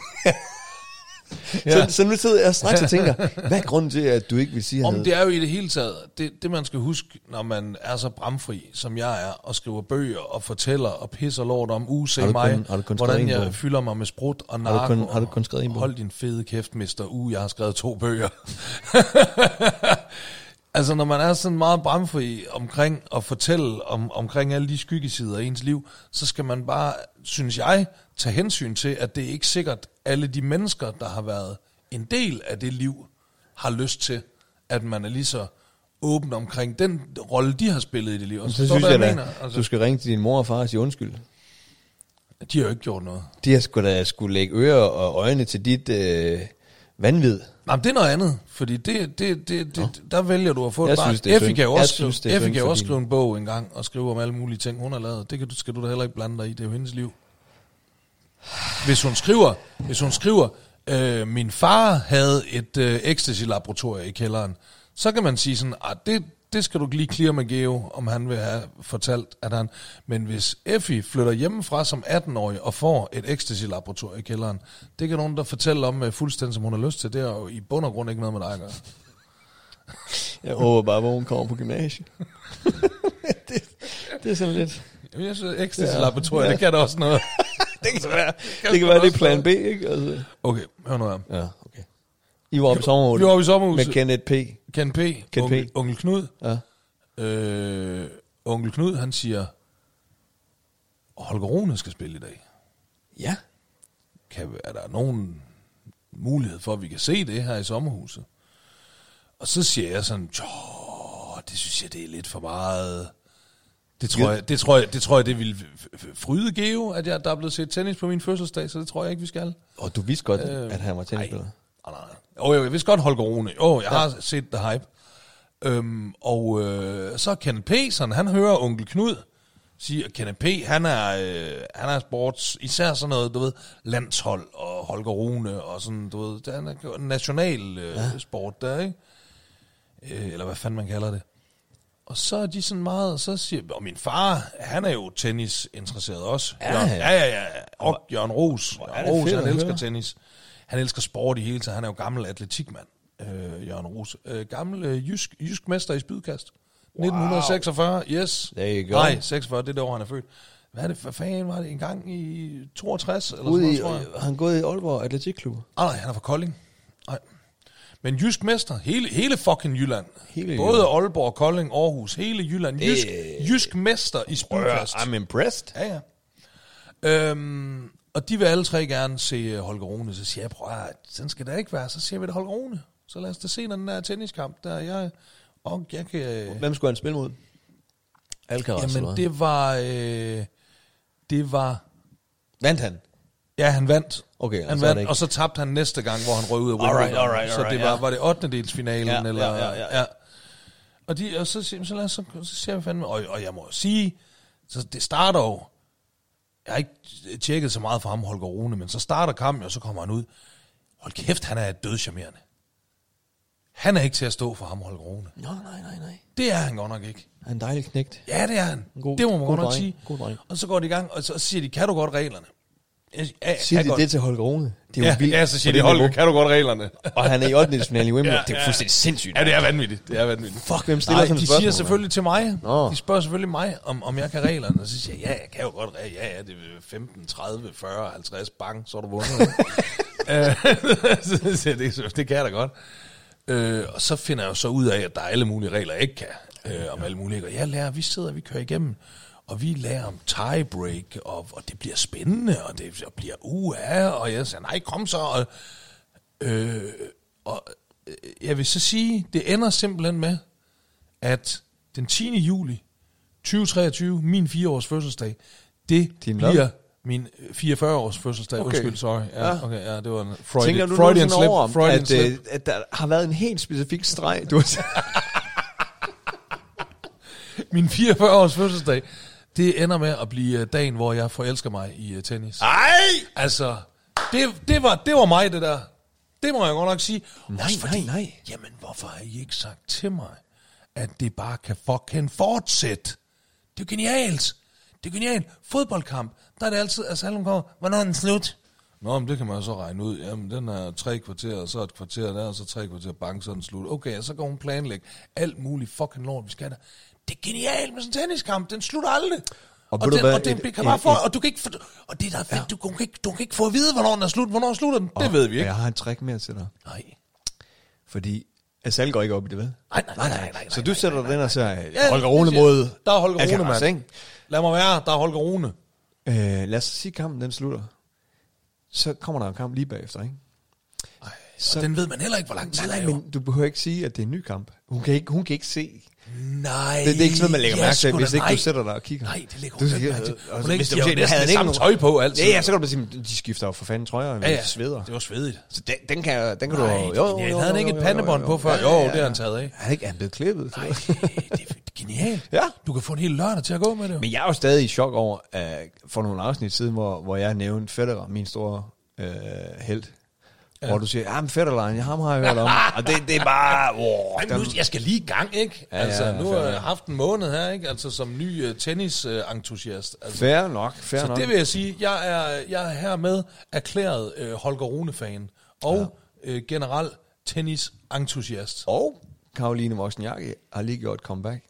Speaker 3: ja. så, så, nu sidder jeg straks og tænker, hvad er grunden til, at du ikke vil sige, at han
Speaker 1: Om det er jo i det hele taget, det, det man skal huske, når man er så bramfri, som jeg er, og skriver bøger, og fortæller, og pisser lort om, uh, se
Speaker 3: Har du
Speaker 1: mig,
Speaker 3: kun- har du kun
Speaker 1: hvordan
Speaker 3: skrevet en
Speaker 1: jeg
Speaker 3: bog?
Speaker 1: fylder mig med sprut og narko.
Speaker 3: du kun- har du kun skrevet en
Speaker 1: og
Speaker 3: bog?
Speaker 1: Hold din fede kæft, mister, uh, jeg har skrevet to bøger. altså, når man er sådan meget bramfri omkring at fortælle om, omkring alle de skyggesider af ens liv, så skal man bare, synes jeg, tage hensyn til, at det er ikke sikkert, alle de mennesker, der har været en del af det liv, har lyst til, at man er lige så åben omkring den rolle, de har spillet i det liv. Og
Speaker 3: så
Speaker 1: forstår
Speaker 3: synes
Speaker 1: du,
Speaker 3: jeg
Speaker 1: hvad
Speaker 3: da,
Speaker 1: mener?
Speaker 3: altså. du skal ringe til din mor og far og sige undskyld.
Speaker 1: De har jo ikke gjort noget.
Speaker 3: De har sgu da skulle lægge ører og øjne til dit øh, vanvid.
Speaker 1: Nej, men det er noget andet, fordi det, det, det, det, der vælger du at få
Speaker 3: Jeg
Speaker 1: et barn.
Speaker 3: synes, det er
Speaker 1: Effie
Speaker 3: synd.
Speaker 1: kan jo
Speaker 3: Jeg
Speaker 1: også,
Speaker 3: synes, det
Speaker 1: skrive,
Speaker 3: er
Speaker 1: Effie
Speaker 3: synd
Speaker 1: kan jo
Speaker 3: for
Speaker 1: også
Speaker 3: hende.
Speaker 1: skrive en bog engang og skrive om alle mulige ting, hun har lavet. Det kan du, skal du da heller ikke blande dig i, det er jo hendes liv. Hvis hun skriver, hvis hun skriver øh, min far havde et øh, ecstasy-laboratorie i kælderen, så kan man sige sådan, at det, det skal du lige clear med Geo, om han vil have fortalt, at han... Men hvis Effie flytter hjemmefra som 18-årig og får et ecstasy-laboratorie i kælderen, det kan nogen der fortælle om øh, fuldstændig, som hun har lyst til. Det er jo i bund og grund ikke noget med dig at gøre.
Speaker 3: Jeg håber bare, hvor hun kommer på gymnasiet. det, det er sådan lidt...
Speaker 1: Jamen, jeg synes, ecstasy-laboratoriet, ja. det kan da også noget.
Speaker 3: Det kan være, det, kan være, det er plan B, ikke? Altså.
Speaker 1: Okay, hør nu her.
Speaker 3: Ja, okay. I var oppe i sommerhuset.
Speaker 1: Vi var i sommerhuset.
Speaker 3: Med Kenneth P.
Speaker 1: Ken P.
Speaker 3: Ken P.
Speaker 1: onkel, onkel Knud.
Speaker 3: Ja.
Speaker 1: Øh, onkel Knud, han siger, Holger Rune skal spille i dag.
Speaker 3: Ja.
Speaker 1: Kan, er der nogen mulighed for, at vi kan se det her i sommerhuset? Og så siger jeg sådan, "Tjo, det synes jeg, det er lidt for meget. Det tror, jeg, det, tror jeg, det tror jeg, det ville f- f- fryde Geo, at jeg, der er blevet set tennis på min fødselsdag, så det tror jeg ikke, vi skal.
Speaker 3: Og du vidste godt, øh, at han var tennisspiller.
Speaker 1: Nej, nej, nej. Oh, jeg vidste godt Holger Rune. Oh, jeg har set The Hype. Øhm, og øh, så Kenneth P. Sådan, han hører onkel Knud sige, at Kenneth P. han er, øh, han er sports, især sådan noget, du ved, landshold og Holger Rune og sådan, du ved, det er en national øh, ja. sport der, ikke? Øh, eller hvad fanden man kalder det. Og så er de sådan meget, og så siger, og min far, han er jo tennisinteresseret også. Ja, Jørgen, ja, ja. ja. Og Jørgen Ros. Jørgen
Speaker 3: det
Speaker 1: Ros,
Speaker 3: fedt
Speaker 1: han
Speaker 3: at
Speaker 1: elsker
Speaker 3: høre.
Speaker 1: tennis. Han elsker sport i hele taget. Han er jo gammel atletikmand, øh, Jørgen Ros. Øh, gammel øh, jysk, jysk mester i spydkast. 1946, yes.
Speaker 3: There you go.
Speaker 1: Nej, 46, det er det år, han er født. Hvad er det for fanden? Var det en gang i 62 eller sådan
Speaker 3: Ude
Speaker 1: noget,
Speaker 3: i,
Speaker 1: tror jeg?
Speaker 3: har han gået i Aalborg Atletikklub?
Speaker 1: Ah, nej, han er fra Kolding. Nej. Men Jysk Mester, hele, hele fucking Jylland.
Speaker 3: Hele
Speaker 1: Både Aalborg, Kolding, Aarhus, hele Jylland. Jysk, øh, Jysk Mester i spydkast.
Speaker 3: impressed.
Speaker 1: Ja, ja. Øhm, og de vil alle tre gerne se øh, Holger Rune. Så siger jeg, prøv at høre, sådan skal det ikke være. Så ser vi det Holger Rune. Så lad os da se den der tenniskamp. Der jeg, og jeg kan...
Speaker 3: Hvem skulle han spille mod? Alcaraz, eller
Speaker 1: Jamen,
Speaker 3: hvad?
Speaker 1: det var... Øh, det var...
Speaker 3: Vandt han?
Speaker 1: Ja, han vandt.
Speaker 3: Okay,
Speaker 1: han
Speaker 3: altså er det
Speaker 1: vandt,
Speaker 3: ikke-
Speaker 1: og så tabte han næste gang, hvor han røg ud af Wimbledon.
Speaker 3: Alright, alright,
Speaker 1: så
Speaker 3: alright,
Speaker 1: det var,
Speaker 3: ja.
Speaker 1: var det 8. delsfinalen,
Speaker 3: Ja, ja,
Speaker 1: eller...
Speaker 3: ja, ja.
Speaker 1: Og, de, og så, siger- så, lad os, så, så ser vi fandme... Og, og jeg må jo sige, så det starter jo... Jeg har ikke tjekket så meget for ham, Holger Rune, men så starter kampen, og så kommer han ud. Hold kæft, han er dødcharmerende. Han er ikke til at stå for ham, Holger Rune.
Speaker 3: Nå, nej, nej, nej.
Speaker 1: Det er han godt nok ikke.
Speaker 3: Han er en dejlig knægt.
Speaker 1: Ja, det er han.
Speaker 3: En
Speaker 1: God,
Speaker 3: god-
Speaker 1: det må man
Speaker 3: god
Speaker 1: godt nok
Speaker 3: dreng.
Speaker 1: sige.
Speaker 3: God dreng.
Speaker 1: Og så går de i gang, og så siger de, kan du godt reglerne? Jeg siger, Ja,
Speaker 3: Siger
Speaker 1: kan
Speaker 3: de
Speaker 1: godt.
Speaker 3: det til Holger Rune? Det er jo
Speaker 1: Ja,
Speaker 3: vildt.
Speaker 1: ja, så siger
Speaker 3: på
Speaker 1: de,
Speaker 3: det
Speaker 1: Holger,
Speaker 3: niveau.
Speaker 1: kan du godt reglerne?
Speaker 3: Og han er i 8. finalen i Wimbledon.
Speaker 1: Ja,
Speaker 3: Det er
Speaker 1: ja.
Speaker 3: fuldstændig sindssygt.
Speaker 1: Ja, det er vanvittigt. Det er vanvittigt.
Speaker 3: Fuck, hvem stiller
Speaker 1: Nej,
Speaker 3: sådan et
Speaker 1: de
Speaker 3: spørgsmål?
Speaker 1: siger selvfølgelig til mig.
Speaker 3: Nå.
Speaker 1: De spørger selvfølgelig mig, om, om jeg kan reglerne. Og så siger jeg, ja, jeg kan jo godt reglerne. Ja, ja, det er 15, 30, 40, 50, bang, så er du vundet. Øh, så siger jeg, det, det kan jeg da godt. Øh, og så finder jeg jo så ud af, at der er alle mulige regler, jeg ikke kan. Øh, om alle mulige regler. Jeg lærer, vi sidder, vi kører igennem. Og vi lærer om tiebreak, og, og det bliver spændende, og det bliver uha, og jeg siger, nej, kom så, og, Øh, og øh, jeg vil så sige, det ender simpelthen med, at den 10. juli 2023, min 4-års fødselsdag, det
Speaker 3: Din
Speaker 1: Din
Speaker 3: hvad?
Speaker 1: bliver min 44-års fødselsdag. Okay. Undskyld, sorry. Ja,
Speaker 3: Ja.
Speaker 1: okay, ja, det var en Freud,
Speaker 3: Tænker du
Speaker 1: Freudian
Speaker 3: nogensinde
Speaker 1: slip.
Speaker 3: over, om,
Speaker 1: Freudian
Speaker 3: at,
Speaker 1: slip.
Speaker 3: øh, at der har været en helt specifik streg, du har
Speaker 1: Min 44-års fødselsdag, det ender med at blive øh, dagen, hvor jeg forelsker mig i øh, tennis.
Speaker 3: Ej!
Speaker 1: Altså, det, det, var, det var mig, det der. Det må jeg godt nok sige. Nej,
Speaker 3: nej, nej.
Speaker 1: Jamen, hvorfor har I ikke sagt til mig, at det bare kan fucking fortsætte? Det er jo genialt. Det er genialt. Fodboldkamp, der er det altid, altså alle kommer, hvornår er den slut? Nå, men det kan man jo så regne ud. Jamen, den er tre kvarter, og så et kvarter der, og så tre kvarter, bang, så er den slut. Okay, og så kan hun planlægge alt muligt fucking lort, vi skal der. Det er genialt med sådan en tenniskamp, den slutter aldrig. Og,
Speaker 3: ved
Speaker 1: og,
Speaker 3: du
Speaker 1: den,
Speaker 3: hvad,
Speaker 1: og, den,
Speaker 3: et-
Speaker 1: et, kan
Speaker 3: et-
Speaker 1: bare få,
Speaker 3: et-
Speaker 1: og du kan ikke, få, og det der er fedt, ja. du, kan ikke, du kan ikke få at vide, hvornår den er slut, hvornår slutter den. det ved vi
Speaker 3: Og
Speaker 1: ikke.
Speaker 3: Jeg har en trick mere til dig.
Speaker 1: Nej.
Speaker 3: Fordi Assal går ikke op i det, vel?
Speaker 1: Nej, nej, nej, nej, nej,
Speaker 3: Så
Speaker 1: nej,
Speaker 3: du
Speaker 1: nej,
Speaker 3: sætter dig den og siger,
Speaker 1: Ja,
Speaker 3: ja, Holger
Speaker 1: det
Speaker 3: Rune
Speaker 1: siger-
Speaker 3: mod... Altså,
Speaker 1: Der er Holger Rune,
Speaker 3: Alcaraz,
Speaker 1: mand. Lad mig være, der er Holger Rune.
Speaker 3: ikke? Øh, lad os sige, at kampen den slutter. Så kommer der en kamp lige bagefter, ikke?
Speaker 1: Så,
Speaker 3: Så-
Speaker 1: den ved man heller ikke, hvor lang tid
Speaker 3: Nej,
Speaker 1: det er.
Speaker 3: nej,
Speaker 1: jo.
Speaker 3: men du behøver ikke sige, at det er en ny kamp. Hun kan ikke, hun kan ikke se.
Speaker 1: Nej.
Speaker 3: Det, det er ikke sådan, man lægger
Speaker 1: ja,
Speaker 3: mærke til,
Speaker 1: sgu
Speaker 3: hvis
Speaker 1: da
Speaker 3: ikke
Speaker 1: nej.
Speaker 3: du sætter dig og kigger.
Speaker 1: Nej, det lægger
Speaker 3: du
Speaker 1: hun
Speaker 3: skal-
Speaker 1: ikke mærke til.
Speaker 3: og
Speaker 1: Hun
Speaker 3: hvis
Speaker 1: lægger-
Speaker 3: det
Speaker 1: de har
Speaker 3: var-
Speaker 1: jo næsten
Speaker 3: havde
Speaker 1: det
Speaker 3: ikke
Speaker 1: samme
Speaker 3: nogen-
Speaker 1: tøj på altid.
Speaker 3: Ja, ja, så kan du bare sige, de skifter jo for fanden trøjer, altså. ja, ja. sveder.
Speaker 1: Det var svedigt.
Speaker 3: Så den, den kan, den kan
Speaker 1: Nej,
Speaker 3: du...
Speaker 1: jo, jo, jo, havde han ikke et pandebånd på før? Jo, det har han taget af.
Speaker 3: Han er ikke han er blevet klippet.
Speaker 1: Nej, det er genialt.
Speaker 3: Ja.
Speaker 1: Du kan få en hel lørdag til at gå med det. jo.
Speaker 3: Men jeg er jo stadig i chok over, at for nogle afsnit siden, hvor, hvor jeg nævnte Federer, min store øh, held. Ja. Hvor du siger, ja, men Federer, jeg ham har jeg hørt om. og det, det er bare... Wow,
Speaker 1: Ej, men nu, jeg skal lige i gang, ikke? Ja,
Speaker 3: ja,
Speaker 1: altså, nu har
Speaker 3: fair
Speaker 1: jeg haft en måned her, ikke? Altså, som ny uh, tennis-entusiast. Altså,
Speaker 3: Fair nok, fair
Speaker 1: så
Speaker 3: nok.
Speaker 1: det vil jeg sige, jeg er, jeg er hermed erklæret uh, Holger Rune-fan og ja. uh, generel tennis-entusiast.
Speaker 3: Og Karoline Voksenjakke har lige gjort comeback.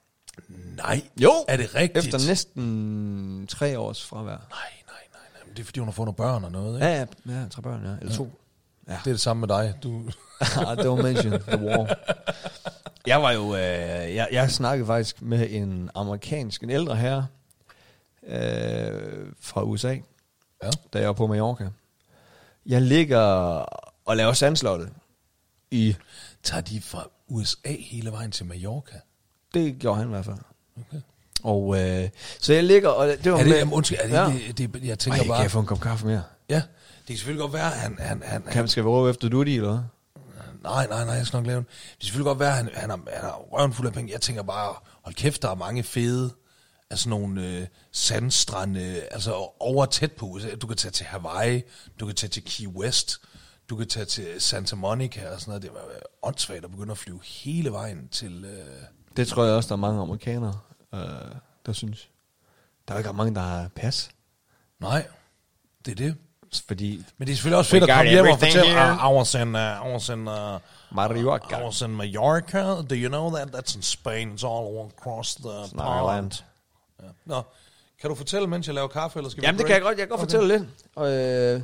Speaker 1: Nej,
Speaker 3: Jo,
Speaker 1: er det rigtigt?
Speaker 3: Efter næsten tre års fravær.
Speaker 1: Nej, nej, nej, nej. Men det er fordi, hun har fået nogle børn og noget, ikke?
Speaker 3: Ja, ja, ja tre børn, ja. Eller to.
Speaker 1: Det er det samme med dig. Du...
Speaker 3: Ah, Don't mention the war. Jeg var jo, øh, jeg, jeg snakkede faktisk med en amerikansk, en ældre herre øh, fra USA,
Speaker 1: Ja.
Speaker 3: da jeg var på Mallorca. Jeg ligger og laver sandslottet i,
Speaker 1: Tager de fra USA hele vejen til Mallorca?
Speaker 3: det gjorde han i hvert fald.
Speaker 1: Okay.
Speaker 3: Og øh, så jeg ligger, og det var
Speaker 1: Er det,
Speaker 3: med,
Speaker 1: jamen, undskyld, er det,
Speaker 3: ja.
Speaker 1: ja. det, det, jeg tænker
Speaker 3: Ej,
Speaker 1: bare...
Speaker 3: kan jeg få en kop kaffe mere?
Speaker 1: Ja, det kan selvfølgelig godt være, at han... han, han,
Speaker 3: Kan,
Speaker 1: han
Speaker 3: skal vi råbe efter du eller hvad?
Speaker 1: nej, nej, nej, jeg skal nok lave den. Det kan selvfølgelig godt være, at han, han, er, han er røven fuld af penge. Jeg tænker bare, hold kæft, der er mange fede af sådan nogle øh, sandstrande, øh, altså over tæt på USA. Du kan tage til Hawaii, du kan tage til Key West, du kan tage til Santa Monica og sådan noget. Det var øh, åndssvagt at begynde at flyve hele vejen til... Øh,
Speaker 3: Det tror jeg også, der er mange amerikanere, øh, der synes. Der er jo ikke ret mange, der har pas.
Speaker 1: nej, det er det.
Speaker 3: Fordi
Speaker 1: Men det er selvfølgelig også fedt at
Speaker 3: got
Speaker 1: komme hjem og
Speaker 3: everything
Speaker 1: fortælle,
Speaker 3: here.
Speaker 1: "Ah, I was in, uh, I was in, uh,
Speaker 3: Mallorca.
Speaker 1: I was in Mallorca. Do you know that? That's in Spain. It's all across the pond.
Speaker 3: Ireland.
Speaker 1: Ja. Nå, kan du fortælle, mens jeg laver kaffe, eller skal
Speaker 3: Jamen,
Speaker 1: vi
Speaker 3: det kan jeg godt. Jeg kan godt okay. fortælle lidt. Og, øh,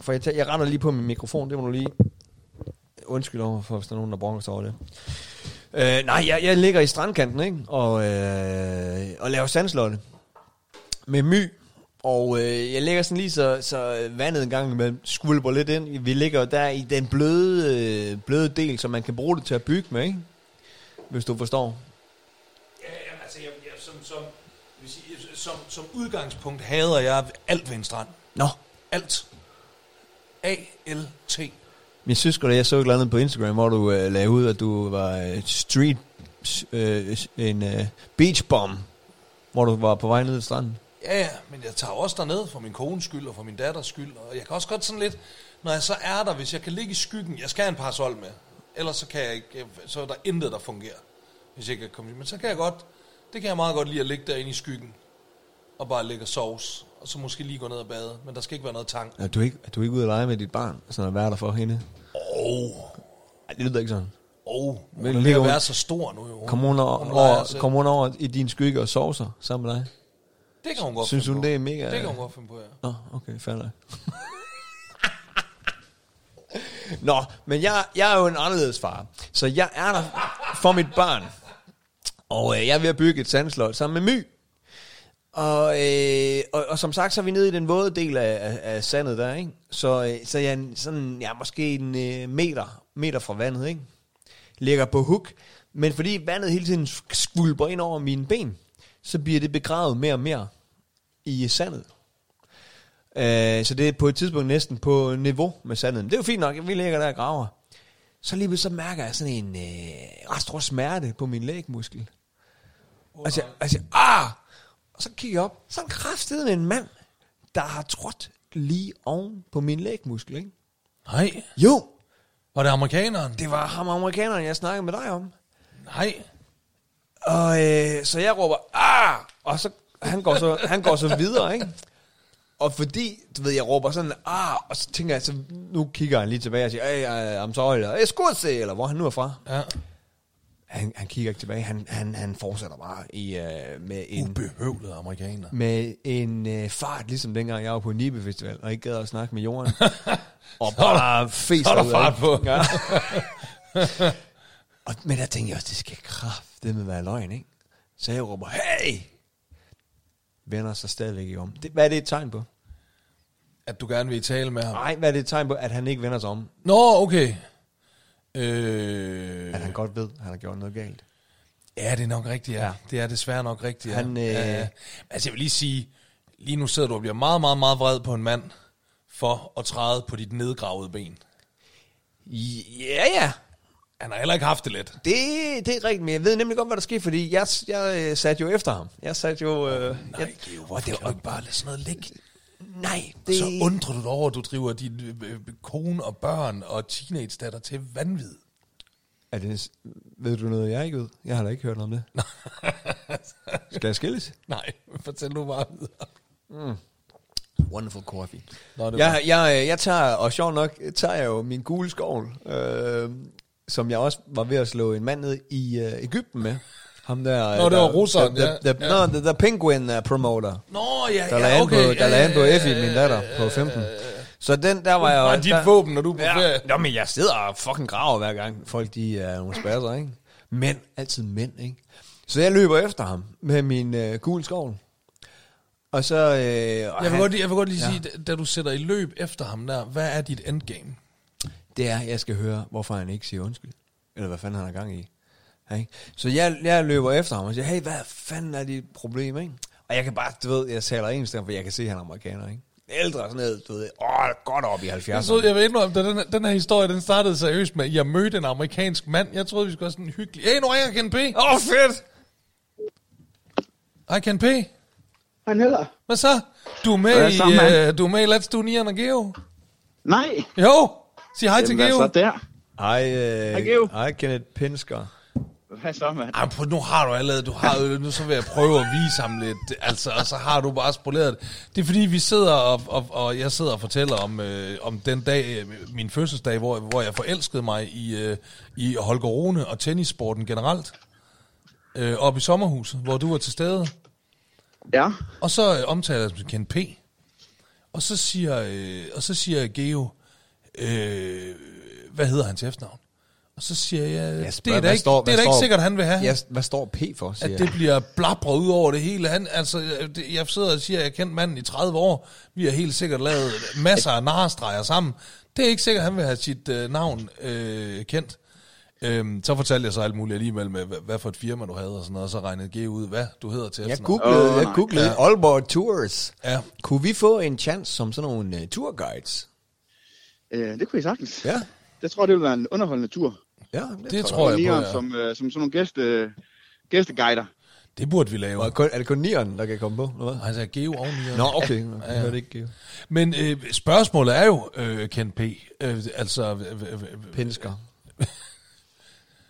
Speaker 3: for jeg, tæ- jeg render lige på min mikrofon, det må du lige... Undskyld over, for hvis der er nogen, der brokker over det. Øh, nej, jeg, jeg ligger i strandkanten, ikke? Og, øh, og laver sandslotte. Med my. Og øh, jeg ligger sådan lige, så, så vandet en gang imellem skvulper lidt ind. Vi ligger jo der i den bløde, øh, bløde del, som man kan bruge det til at bygge med, ikke? Hvis du forstår.
Speaker 1: Ja, jamen, altså, jeg, jeg, som, som, jeg vil sige, jeg- som, som udgangspunkt hader jeg alt ved en strand.
Speaker 3: Nå,
Speaker 1: Alt. A-L-T.
Speaker 3: Min søster, jeg så et eller andet på Instagram, hvor du øh, lagde ud, at du var øh, street, øh, en øh, beach bomb, hvor du var på vej ned til stranden.
Speaker 1: Ja, ja, men jeg tager jo også derned for min kones skyld og for min datters skyld. Og jeg kan også godt sådan lidt, når jeg så er der, hvis jeg kan ligge i skyggen, jeg skal have en parasol med. Ellers så kan jeg ikke, så er der intet, der fungerer. Hvis jeg kan komme Men så kan jeg godt, det kan jeg meget godt lide at ligge derinde i skyggen. Og bare ligge og sovs. Og så måske lige gå ned og bade. Men der skal ikke være noget tang.
Speaker 3: Er du ikke, er du ikke ude at lege med dit barn, sådan at være der for hende?
Speaker 1: Åh,
Speaker 3: Ej, det lyder ikke sådan.
Speaker 1: åh. Hun
Speaker 3: Men
Speaker 1: er ved
Speaker 3: ligger
Speaker 1: at
Speaker 3: hun-
Speaker 1: være så stor nu jo.
Speaker 3: Kom hun over,
Speaker 1: leger
Speaker 3: over,
Speaker 1: selv.
Speaker 3: kom hun over i din skygge og sover sig sammen med dig?
Speaker 1: Det kan hun godt
Speaker 3: Synes
Speaker 1: finde
Speaker 3: hun,
Speaker 1: på.
Speaker 3: det er mega-
Speaker 1: Det kan hun godt finde på, ja.
Speaker 3: Nå, okay, fair nok. Nå, men jeg, jeg er jo en anderledes far, så jeg er der for mit barn. Og øh, jeg er ved at bygge et sandslot sammen med My. Og, øh, og, og som sagt, så er vi nede i den våde del af, af, af sandet der, ikke? Så, øh, så jeg er en- sådan, ja, måske en øh, meter, meter fra vandet, ikke? Ligger på hook. Men fordi vandet hele tiden skvulper ind over mine ben, så bliver det begravet mere og mere i sandet. Øh, så det er på et tidspunkt næsten på niveau med sandet. Men det er jo fint nok, vi ligger der og graver. Så lige pludselig så mærker jeg sådan en øh, ret stor smerte på min lægmuskel. Og så, og så, ah! Og så kigger jeg op, så er der kraftedeme en mand, der har trådt lige oven på min lægmuskel, ikke?
Speaker 1: Nej.
Speaker 3: Jo,
Speaker 1: Var det amerikaneren?
Speaker 3: det var ham amerikaneren, jeg snakkede med dig om.
Speaker 1: Nej.
Speaker 3: Og øh, så jeg råber, ah! Og så, han går så, han går så videre, ikke? Og fordi, du ved, jeg råber sådan, ah, og så tænker jeg, så nu kigger han lige tilbage og siger, hey, øh, I'm sorry, eller, hey, skudse, eller hvor han nu er fra.
Speaker 1: Ja.
Speaker 3: Han, han kigger ikke tilbage, han, han, han fortsætter bare i, øh, med en...
Speaker 1: Ubehøvlede amerikaner.
Speaker 3: med en øh, fart, ligesom dengang jeg var på Nibe Festival, og ikke gad at snakke med jorden. og
Speaker 1: er der-
Speaker 3: bare fest
Speaker 1: så er der fart på.
Speaker 3: Ja. og, men der tænkte jeg også, det skal kraftedeme være løgn, ikke? Så jeg råber, hey! Vender sig stadigvæk ikke om. Det, hvad er det et tegn på?
Speaker 1: At du gerne vil tale med ham.
Speaker 3: Nej, hvad er det et tegn på, at han ikke vender sig om?
Speaker 1: Nå, okay. Øh,
Speaker 3: At han godt ved, at han har gjort noget galt.
Speaker 1: ja, det er nok rigtigt, ja.
Speaker 3: Ja.
Speaker 1: ja. Det er desværre nok rigtigt, ja.
Speaker 3: Han, øh,
Speaker 1: ja, ja. Altså, jeg vil lige sige, lige nu sidder du og bliver meget, meget, meget vred på en mand, for at træde på dit nedgravede ben.
Speaker 3: Ja, ja.
Speaker 1: Han har heller ikke haft det let.
Speaker 3: Det, det er rigtigt, men jeg ved nemlig godt, hvad der skete, fordi jeg, jeg øh, satte jo efter ham. Jeg satte jo... Øh,
Speaker 1: Nej,
Speaker 3: jeg,
Speaker 1: Geo, hvorfor det kan du ikke bare lade sådan noget ligge?
Speaker 3: nej,
Speaker 1: Det... Så undrer du dig over, at du driver din øh, øh, kone og børn og teenage-datter til vanvid.
Speaker 3: Er det, ved du noget, jeg ikke ved? Jeg har da ikke hørt noget om det. Skal jeg skilles?
Speaker 1: Nej, fortæl nu bare videre.
Speaker 3: Wonderful coffee.
Speaker 1: Nå, det
Speaker 3: jeg, jeg, jeg tager, og sjovt nok, tager jeg jo min gule skovl, øh, som jeg også var ved at slå en mand ned i øh, Ægypten med. Ham der... øh,
Speaker 1: Nå, det
Speaker 3: der-
Speaker 1: var russeren,
Speaker 3: der- der-
Speaker 1: ja.
Speaker 3: der- Nå, the, the penguin øh, promoter.
Speaker 1: Nå, ja,
Speaker 3: Der
Speaker 1: ja,
Speaker 3: lagde an på,
Speaker 1: okay.
Speaker 3: der
Speaker 1: ja,
Speaker 3: lagde an på
Speaker 1: ja, ja,
Speaker 3: Effie, min datter, på 15. Så den, der var jeg
Speaker 1: Bare
Speaker 3: også...
Speaker 1: dit
Speaker 3: der-
Speaker 1: våben, når du er på ferie.
Speaker 3: Nå, men jeg sidder og fucking graver hver gang. Folk, de er nogle spasser, ikke? Mænd, altid mænd, ikke? Så jeg løber efter ham med min øh, gule skovl. Og så... Øh, og
Speaker 1: Jeg vil,
Speaker 3: han,
Speaker 1: godt, lige- jeg vil godt lige
Speaker 3: Ja.
Speaker 1: ja. sige, da- da du sætter i løb efter ham der, hvad er dit endgame?
Speaker 3: det er, jeg skal høre, hvorfor han ikke siger undskyld. Eller hvad fanden han har gang i. Ja, ikke? Så jeg, jeg løber efter ham og siger, hey, hvad fanden er dit problem, ikke? Og jeg kan bare, du ved, jeg taler engelsk, for jeg kan se, at han er amerikaner, ikke? Ældre sådan noget, du ved, åh, godt op i 70'erne.
Speaker 1: Jeg, troede, jeg vil indrømme, da den, her- den her historie, den startede seriøst med, at jeg mødte en amerikansk mand. Jeg troede, vi skulle have sådan en hyggelig... Hey, nu ringer jeg Ken P.
Speaker 3: Åh, oh, fedt!
Speaker 1: Hej, Ken P.
Speaker 5: Han heller.
Speaker 1: Hvad så? Du er med,
Speaker 5: Hvad
Speaker 1: i,
Speaker 5: så, mand?
Speaker 1: øh, du er med i Let's Do Nian og Geo?
Speaker 5: Nej,
Speaker 1: Jo! Sig hej til
Speaker 5: Jamen, hvad
Speaker 1: Geo.
Speaker 5: så der?
Speaker 3: Hej, øh,
Speaker 5: Hej, Geo.
Speaker 3: hej Kenneth Pinsker.
Speaker 5: Hvad så, mand?
Speaker 1: Ej, prøv, nu har du allerede, du har, jo- nu så vil jeg prøve at vise ham lidt, altså, og så har du bare spoleret det. Det er fordi, vi sidder, og, og, og jeg sidder og fortæller om, øh, om den dag, øh, min fødselsdag, hvor, hvor jeg forelskede mig i, øh, i Holger Rune og tennissporten generelt, øh, oppe i sommerhuset, hvor du var til stede.
Speaker 5: Ja.
Speaker 1: Og så øh, omtaler jeg som Ken P. Og så siger, øh, og så siger Geo, øh, hvad hedder han til efternavn? Og så siger jeg,
Speaker 3: Jeg
Speaker 1: Altså, det
Speaker 3: spørger,
Speaker 1: er da
Speaker 3: hvad
Speaker 1: ikke,
Speaker 3: står-
Speaker 1: det
Speaker 3: hvad
Speaker 1: er da ikke
Speaker 3: står-
Speaker 1: sikkert, han vil have.
Speaker 3: Ja, hvad står P for, siger
Speaker 1: at det bliver blabret ud over det hele. Han, altså, det- jeg sidder og siger, at jeg har kendt manden i 30 år. Vi har helt sikkert lavet masser af narestreger sammen. Det er ikke sikkert, at han vil have sit øh, navn øh, kendt. Øhm, så fortalte jeg så alt muligt alligevel med, hvad, hvad for et firma du havde og sådan noget, og så regnede G ud, hvad du hedder til
Speaker 3: jeg. Jeg
Speaker 1: efternavn.
Speaker 3: googlede,
Speaker 5: Åh,
Speaker 3: oh, jeg
Speaker 5: nej.
Speaker 3: googlede ja. Aalborg Tours.
Speaker 1: Ja.
Speaker 3: Kunne vi få en chance som sådan nogle uh, tourguides?
Speaker 5: Øh, det kunne I sagtens.
Speaker 3: Ja,
Speaker 5: Jeg tror, det ville være en underholdende tur.
Speaker 3: ja.
Speaker 1: Det
Speaker 3: jeg.
Speaker 1: tror jeg på,
Speaker 5: Nieren
Speaker 1: ja.
Speaker 5: som, øh, som sådan nogle gæste, gæsteguider.
Speaker 1: Det burde vi lave.
Speaker 3: Og er kun- er det kun nieren, der kan komme på? Eller hvad?
Speaker 1: Altså, Geo oveni.
Speaker 3: Nå, okay. Ja,
Speaker 1: ja.
Speaker 3: ja. Hørte ikke. Geo.
Speaker 1: Men øh, spørgsmålet er jo, øh, Ken P., øh, altså, øh, øh, øh,
Speaker 3: Pinsker.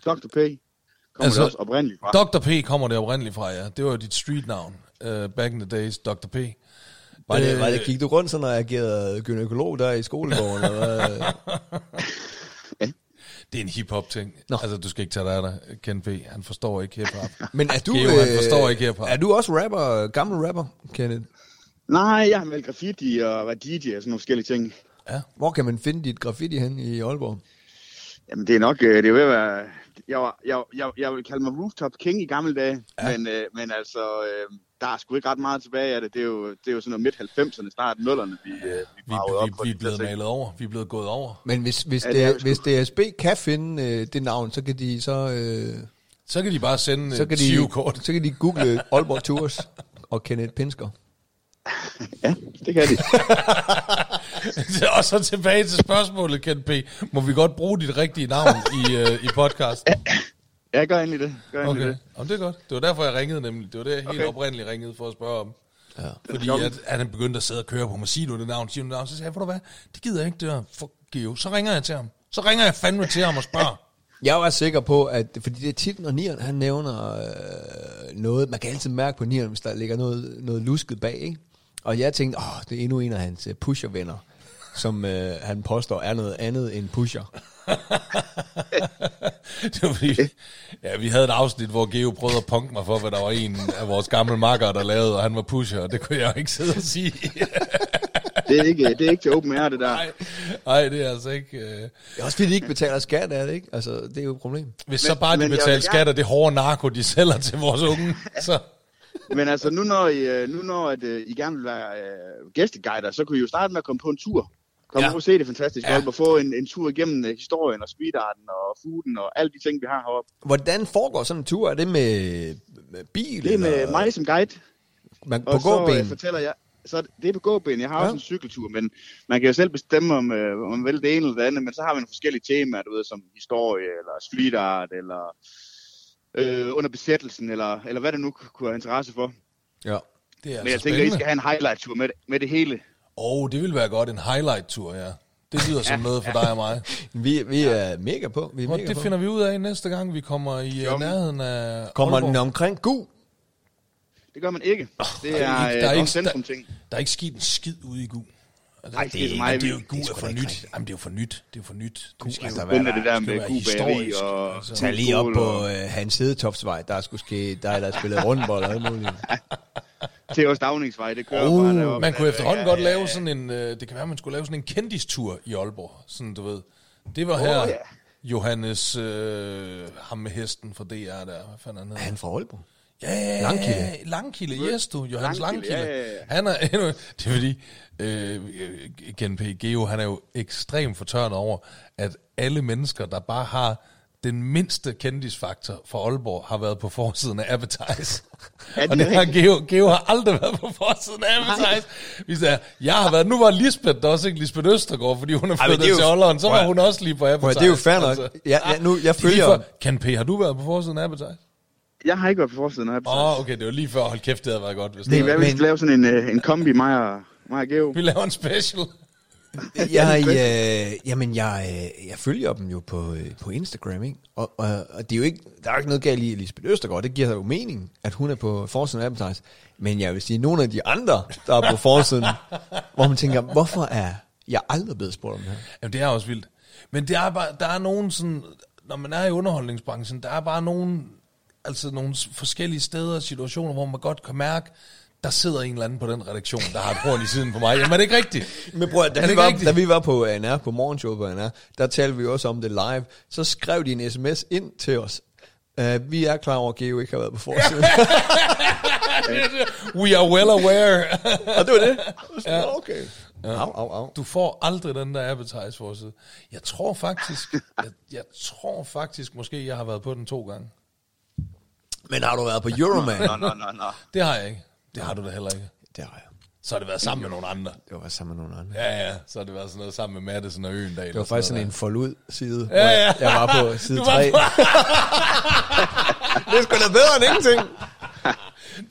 Speaker 5: Dr. P. Kommer
Speaker 1: Altså-
Speaker 5: altså, det også oprindeligt fra.
Speaker 1: Dr. P. kommer det oprindeligt fra, ja. Det var jo dit streetnavn, øh, back in the days, Dr. P. Øh,
Speaker 3: Var det, var det, gik du rundt sådan og agerede gynækolog der i skolegården? eller hvad?
Speaker 1: Det er en hip-hop-ting.
Speaker 3: Nå.
Speaker 1: Altså, du skal ikke tage dig af dig, Ken P. Han forstår ikke hip-hop.
Speaker 3: Men er du, øh,
Speaker 1: Geo, han forstår ikke herpå.
Speaker 3: Er du også rapper, gammel rapper, Kenneth?
Speaker 5: Nej, jeg har meldt graffiti og var DJ og sådan nogle forskellige ting.
Speaker 3: Hvor kan man finde dit graffiti hen i Aalborg?
Speaker 5: Jamen, det er nok, øh, det er ved at være... Jeg, var, jeg, jeg, jeg vil kalde mig Rooftop King i gamle dage, ja. men, øh, men altså, øh, der er sgu ikke ret meget tilbage af det. Det er jo, det er jo sådan noget midt-90'erne, start 0'erne, vi, øh, vi,
Speaker 1: Vi,
Speaker 5: bragede
Speaker 1: vi,
Speaker 5: på
Speaker 1: vi er
Speaker 5: de
Speaker 1: blevet
Speaker 5: der ting.
Speaker 1: malet over. Vi er blevet gået over.
Speaker 3: Men hvis, hvis,
Speaker 5: Ja,
Speaker 3: ja,
Speaker 5: det er jo
Speaker 3: det,
Speaker 5: sgu-
Speaker 3: hvis DSB kan finde øh, det navn, så kan de så... Øh,
Speaker 1: Så kan de bare sende
Speaker 3: så kan de,
Speaker 1: de...
Speaker 3: så kan de google Aalborg Tours og Kenneth Pinsker.
Speaker 5: Ja, det kan de.
Speaker 1: Og så tilbage til spørgsmålet, Ken P. Må vi godt bruge dit rigtige navn i, øh, i podcast?
Speaker 5: Ja, gør endelig det. Gør endelig
Speaker 1: Okay.
Speaker 5: det.
Speaker 1: Jamen, det er godt. Det var derfor, jeg ringede nemlig. Det var det, jeg helt
Speaker 5: Okay.
Speaker 1: oprindeligt ringede for at spørge om. Ja. Fordi
Speaker 5: Klokken.
Speaker 1: at, at han begyndte at sidde og køre på mig. Sig nu det navn, sig nu det navn. Så sagde jeg, ved du hvad, det gider jeg ikke, det der for Geo. Så ringer jeg til ham. Så ringer jeg fandme til ham og spørger.
Speaker 3: Jeg var sikker på, at... Fordi det er tit, når Nieren, han nævner øh, noget... Man kan altid mærke på Nieren, hvis der ligger noget, noget lusket bag, ikke? Og jeg tænkte, åh, det er endnu en af hans øh, pushervenner, som øh, han påstår er noget andet end pusher.
Speaker 1: det var fordi, ja, vi havde et afsnit, hvor Geo prøvede at punke mig for, hvad der var en af vores gamle makker, der lavede, og han var pusher, og det kunne jeg jo ikke sidde og sige.
Speaker 5: Det er ikke, det er ikke til open air, det der.
Speaker 1: Nej, nej, det er altså ikke... Øh.
Speaker 3: Det er også fordi, de ikke betaler skat, er det ikke? Altså, det er jo et problem.
Speaker 1: Hvis
Speaker 5: Men-
Speaker 1: så bare de
Speaker 5: men jeg vil
Speaker 1: betalte
Speaker 5: gerne-
Speaker 1: skat af det hårde narko, de sælger til vores unge, så...
Speaker 5: Men altså, nu når I, øh, nu når at, øh, I gerne vil være øh, gæsteguider, så kunne I jo starte med at komme på en tur. Kom
Speaker 1: Ja.
Speaker 5: ja. og se det fantastiske
Speaker 1: Ja.
Speaker 5: ja. og få en, en tur igennem øh, historien og speedarten og fooden og alle de ting, vi har heroppe.
Speaker 3: Hvordan foregår sådan en tur? Er det med, med bil?
Speaker 5: Det er med
Speaker 3: eller-
Speaker 5: mig som guide.
Speaker 3: Man, på
Speaker 5: Og så øh,
Speaker 3: gåben?
Speaker 5: fortæller jeg, så er det- det er på gåben. Jeg har
Speaker 3: Ja.
Speaker 5: ja. også en cykeltur, men man kan jo selv bestemme, om øh, om man vil det ene eller det andet, men så har man forskellige temaer, du ved, som historie, eller street art, eller øh, under besættelsen, eller, eller hvad det nu kunne have interesse for.
Speaker 3: Ja.
Speaker 1: Det er
Speaker 5: Men jeg
Speaker 1: altså
Speaker 5: tænker, I
Speaker 1: spændende.
Speaker 5: skal have en highlight-tur med, med det hele.
Speaker 1: Åh, oh, det ville være godt, en highlight-tur, ja. Det lyder som noget for dig og mig.
Speaker 3: Vi, vi er mega på. Vi er
Speaker 1: Hvor,
Speaker 3: mega
Speaker 1: det
Speaker 3: på.
Speaker 1: finder vi ud af næste gang, vi kommer i jo.
Speaker 5: Jo.
Speaker 1: nærheden af
Speaker 3: Kommer
Speaker 1: Aalborg.
Speaker 3: den omkring gul?
Speaker 5: Det gør man ikke. Det
Speaker 1: Der er,
Speaker 5: er,
Speaker 1: ikke, der, er
Speaker 5: øh,
Speaker 1: ikke,
Speaker 5: nogle
Speaker 1: der,
Speaker 5: centrumting.
Speaker 1: der er ikke sket en skid ude i GU.
Speaker 5: Ej, det er så meget
Speaker 1: Jamen, det er jo GU
Speaker 5: vildt. Det er
Speaker 1: er
Speaker 5: sgu
Speaker 1: for
Speaker 5: da ikke
Speaker 1: nyt.
Speaker 5: rigtigt.
Speaker 1: Jamen, det er jo for nyt. Det er jo for nyt. Det skal
Speaker 3: altså
Speaker 1: jo-
Speaker 3: være-
Speaker 5: Venter det der
Speaker 1: skal
Speaker 5: med
Speaker 1: være
Speaker 5: kubageri
Speaker 1: historisk,
Speaker 5: og...
Speaker 1: altså.
Speaker 3: Tag lige op på øh, Hans Hedetopsvej, der skulle ske, der er der spillet rundbold og alt muligt.
Speaker 5: Til os Dagningsvej, det kører
Speaker 1: Uh,
Speaker 5: bare deroppe.
Speaker 1: man kunne
Speaker 5: Ja,
Speaker 1: efterhånden
Speaker 5: ja,
Speaker 1: godt
Speaker 5: ja.
Speaker 1: lave sådan en, øh, det kan være, man skulle lave sådan en kendistur i Aalborg, sådan du ved. Det var her
Speaker 5: ja.
Speaker 1: Johannes, øh, ham med hesten fra DR der, hvad fanden han
Speaker 3: Er
Speaker 1: hedder?
Speaker 3: han fra Aalborg?
Speaker 1: Ja, ja, ja.
Speaker 3: Langkilde.
Speaker 1: Langkilde, yes du, Johannes Langkilde.
Speaker 5: Langkilde,
Speaker 1: Langkilde.
Speaker 5: ja, ja, ja.
Speaker 1: Han er endnu, det er fordi, øh, GNP Geo, han er jo ekstremt fortørnet over, at alle mennesker, der bare har den mindste kendisfaktor for Aalborg, har været på forsiden af Advertise.
Speaker 5: Ja, det
Speaker 1: og
Speaker 5: er
Speaker 1: det har
Speaker 5: rigtigt.
Speaker 1: Geo, Geo har aldrig været på forsiden af Advertise. Vi sagde, jeg har været, nu var Lisbeth der også, ikke Lisbeth Østergaard, fordi hun er
Speaker 3: men
Speaker 1: flyttet
Speaker 3: det er jo-
Speaker 1: til Aalborg, så
Speaker 3: Prøv
Speaker 1: var
Speaker 3: at-
Speaker 1: hun også lige på
Speaker 3: Prøv, at,
Speaker 1: Advertise. altså.
Speaker 3: det er jo fair nok. Ja, ja, nu, jeg følger...
Speaker 1: Kan P, har du været på forsiden af Advertise?
Speaker 5: Jeg har ikke været på forsiden af det.
Speaker 1: Åh, oh, okay, det var lige før. Hold kæft, det havde været godt, hvis
Speaker 5: Det
Speaker 1: det
Speaker 5: er,
Speaker 1: var.
Speaker 5: hvad vi
Speaker 3: Men-
Speaker 5: skal lave sådan en, øh, en kombi, mig og, mig og Geo.
Speaker 1: Vi laver en special.
Speaker 3: Jeg, øh, jamen, jeg, øh, jeg følger dem jo på, øh, på Instagram, ikke? Og, og, og det er jo ikke, der er jo ikke noget galt i Lisbeth Østergaard. Det giver jo mening, at hun er på forsiden af Advertise. Men jeg vil sige, nogle af de andre, der er på forsiden, hvor man tænker, hvorfor er jeg aldrig blevet spurgt om det her?
Speaker 1: Jamen, det er også vildt. Men det er bare, der er nogen sådan, når man er i underholdningsbranchen, der er bare nogen, altså nogle s- forskellige steder og situationer, hvor man godt kan mærke, der sidder en eller anden på den redaktion, der har et horn i siden på mig. Jamen, er det ikke rigtigt?
Speaker 3: Men bror,
Speaker 1: Er
Speaker 3: da,
Speaker 1: det
Speaker 3: vi
Speaker 1: ikke
Speaker 3: var,
Speaker 1: rigtigt?
Speaker 3: da vi var på øh, ANR, på morgenshowet på ANR, der talte vi også om det live. Så skrev de en sms ind til os. Uh, vi er klar over, at Geo ikke har været på forsiden.
Speaker 1: We are well aware.
Speaker 3: og det var det. Ja. Okay. Au, au, au.
Speaker 1: Du får aldrig den der appetize forside. Jeg tror faktisk, jeg, jeg tror faktisk måske, jeg har været på den to gange.
Speaker 3: Men har du været på Euroman?
Speaker 5: Nå, nå, nå, nå.
Speaker 1: Det har jeg ikke. Det har du da heller ikke.
Speaker 3: det har jeg.
Speaker 1: Så har det været sammen med nogle andre.
Speaker 3: Det var sammen med nogle andre.
Speaker 1: Ja, ja, så har det været sådan noget sammen med Madison og Øendal.
Speaker 3: Det var faktisk sådan en forlud-side, ja,
Speaker 1: ja.
Speaker 3: ja. jeg var på side
Speaker 1: Du var
Speaker 3: 3. det er sgu da bedre end ingenting.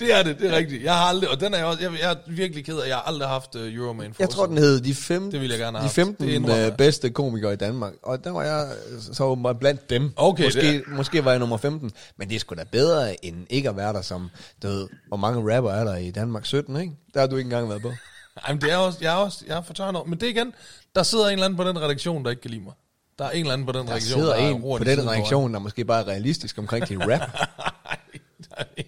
Speaker 1: Det er det, det er rigtigt. Jeg har aldrig, og den er jeg også, jeg, jeg er virkelig ked af, jeg har aldrig haft uh, Euroman
Speaker 3: Jeg tror, den hed de, fem,
Speaker 1: Det ville jeg gerne have
Speaker 3: de
Speaker 1: haft.
Speaker 3: 15
Speaker 1: Det indrømmer jeg.
Speaker 3: øh, bedste komikere i Danmark. Og der var jeg øh, så åbenbart blandt dem.
Speaker 1: Okay,
Speaker 3: måske,
Speaker 1: det
Speaker 3: måske var jeg nummer 15. Men det er sgu da bedre end ikke at være der som, du ved, hvor mange rapper er der i Danmark? 17, ikke? Der har du ikke engang været på.
Speaker 1: Ej, men det er også, jeg er også, jeg er fortørnet over. Men det er igen, der sidder en eller anden på den redaktion, der ikke kan lide mig. Der er en eller anden på den
Speaker 3: Der
Speaker 1: redaktion,
Speaker 3: sidder
Speaker 1: der har
Speaker 3: en
Speaker 1: roen
Speaker 3: på
Speaker 1: i siden
Speaker 3: den
Speaker 1: mig.
Speaker 3: reaktion, der måske bare er realistisk omkring din rap.
Speaker 1: Ej, der er en,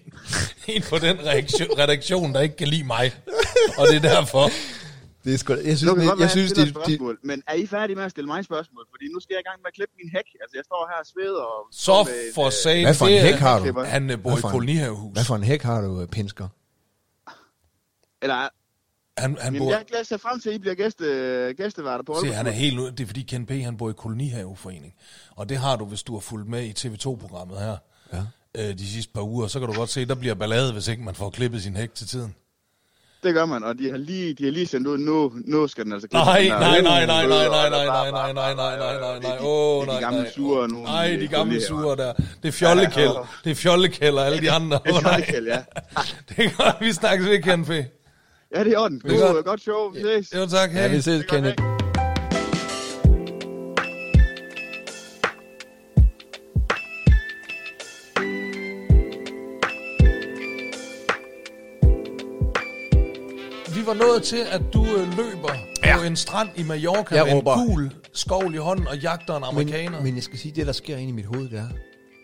Speaker 1: en på den reaktion, redaktion, der ikke kan lide mig. Og det er derfor.
Speaker 3: Det er sgu, da- jeg
Speaker 5: Nu
Speaker 3: synes,
Speaker 5: kan
Speaker 3: det,
Speaker 5: godt være,
Speaker 3: jeg
Speaker 5: at jeg
Speaker 3: synes,
Speaker 5: stiller
Speaker 3: det, det,
Speaker 5: spørgsmål, men er I færdige med at stille mig spørgsmål? Fordi nu skal jeg i gang med at klippe min hæk. Altså, jeg står her og sveder og...
Speaker 1: Så
Speaker 5: med en,
Speaker 1: for
Speaker 5: øh,
Speaker 1: sagen,
Speaker 3: Hvad for en
Speaker 1: det er-
Speaker 3: hæk har du?
Speaker 1: Han øh, bor
Speaker 3: Hvad
Speaker 1: i
Speaker 3: for en-
Speaker 1: kolonihavehus.
Speaker 3: Hvad for en hæk har du, øh, Pinsker?
Speaker 5: Eller,
Speaker 1: Han, han
Speaker 5: jamen,
Speaker 1: bor,
Speaker 5: jeg er glad til at se frem til, at I bliver gæste, gæsteværter på
Speaker 1: Se, han er
Speaker 5: Aalborg.
Speaker 1: helt ude. Det er fordi Ken P. han bor i kolonihaveforening. Og det har du, hvis du har fulgt med i TV2-programmet her ja. øh, de sidste par uger. Så kan du godt se, der bliver ballade, hvis ikke man får klippet sin hæk til tiden.
Speaker 5: Det gør man, og de har lige, de har lige sendt ud, nu, nu skal den altså klippes.
Speaker 1: Nej,
Speaker 5: Den er-
Speaker 1: nej, nej, nej, nej,
Speaker 5: Øh,
Speaker 1: nej,
Speaker 5: og der
Speaker 1: nej,
Speaker 5: er
Speaker 1: nej,
Speaker 5: bare-
Speaker 1: nej, nej, nej, nej, nej,
Speaker 5: Det er
Speaker 1: nej,
Speaker 5: de-
Speaker 1: åh,
Speaker 5: det
Speaker 1: nej,
Speaker 5: er de gamle
Speaker 1: nej.
Speaker 5: sure nu.
Speaker 1: Nej, de gamle
Speaker 5: kolleger.
Speaker 1: sure der. Det er fjollekæld. Det er fjollekæld og alle de andre.
Speaker 5: Det
Speaker 1: Åh,
Speaker 5: er
Speaker 1: nej.
Speaker 5: Jollekæld, ja.
Speaker 1: Det er godt, vi snakkes ved, Ken P.
Speaker 5: Ja, det er i orden. Det
Speaker 1: er
Speaker 5: er
Speaker 1: godt.
Speaker 5: godt show. Vi ses.
Speaker 1: Jo, tak.
Speaker 3: Ja,
Speaker 1: Hej.
Speaker 3: vi ses,
Speaker 5: Det gør
Speaker 3: Kenneth.
Speaker 5: det.
Speaker 1: vi var nået til, at du øh, løber ja. på en strand i Mallorca
Speaker 3: Jeg
Speaker 1: med
Speaker 3: råber.
Speaker 1: en gul skovl i hånden og jagter en amerikaner.
Speaker 3: Men, men jeg skal sige, det der sker inde i mit hoved, det er,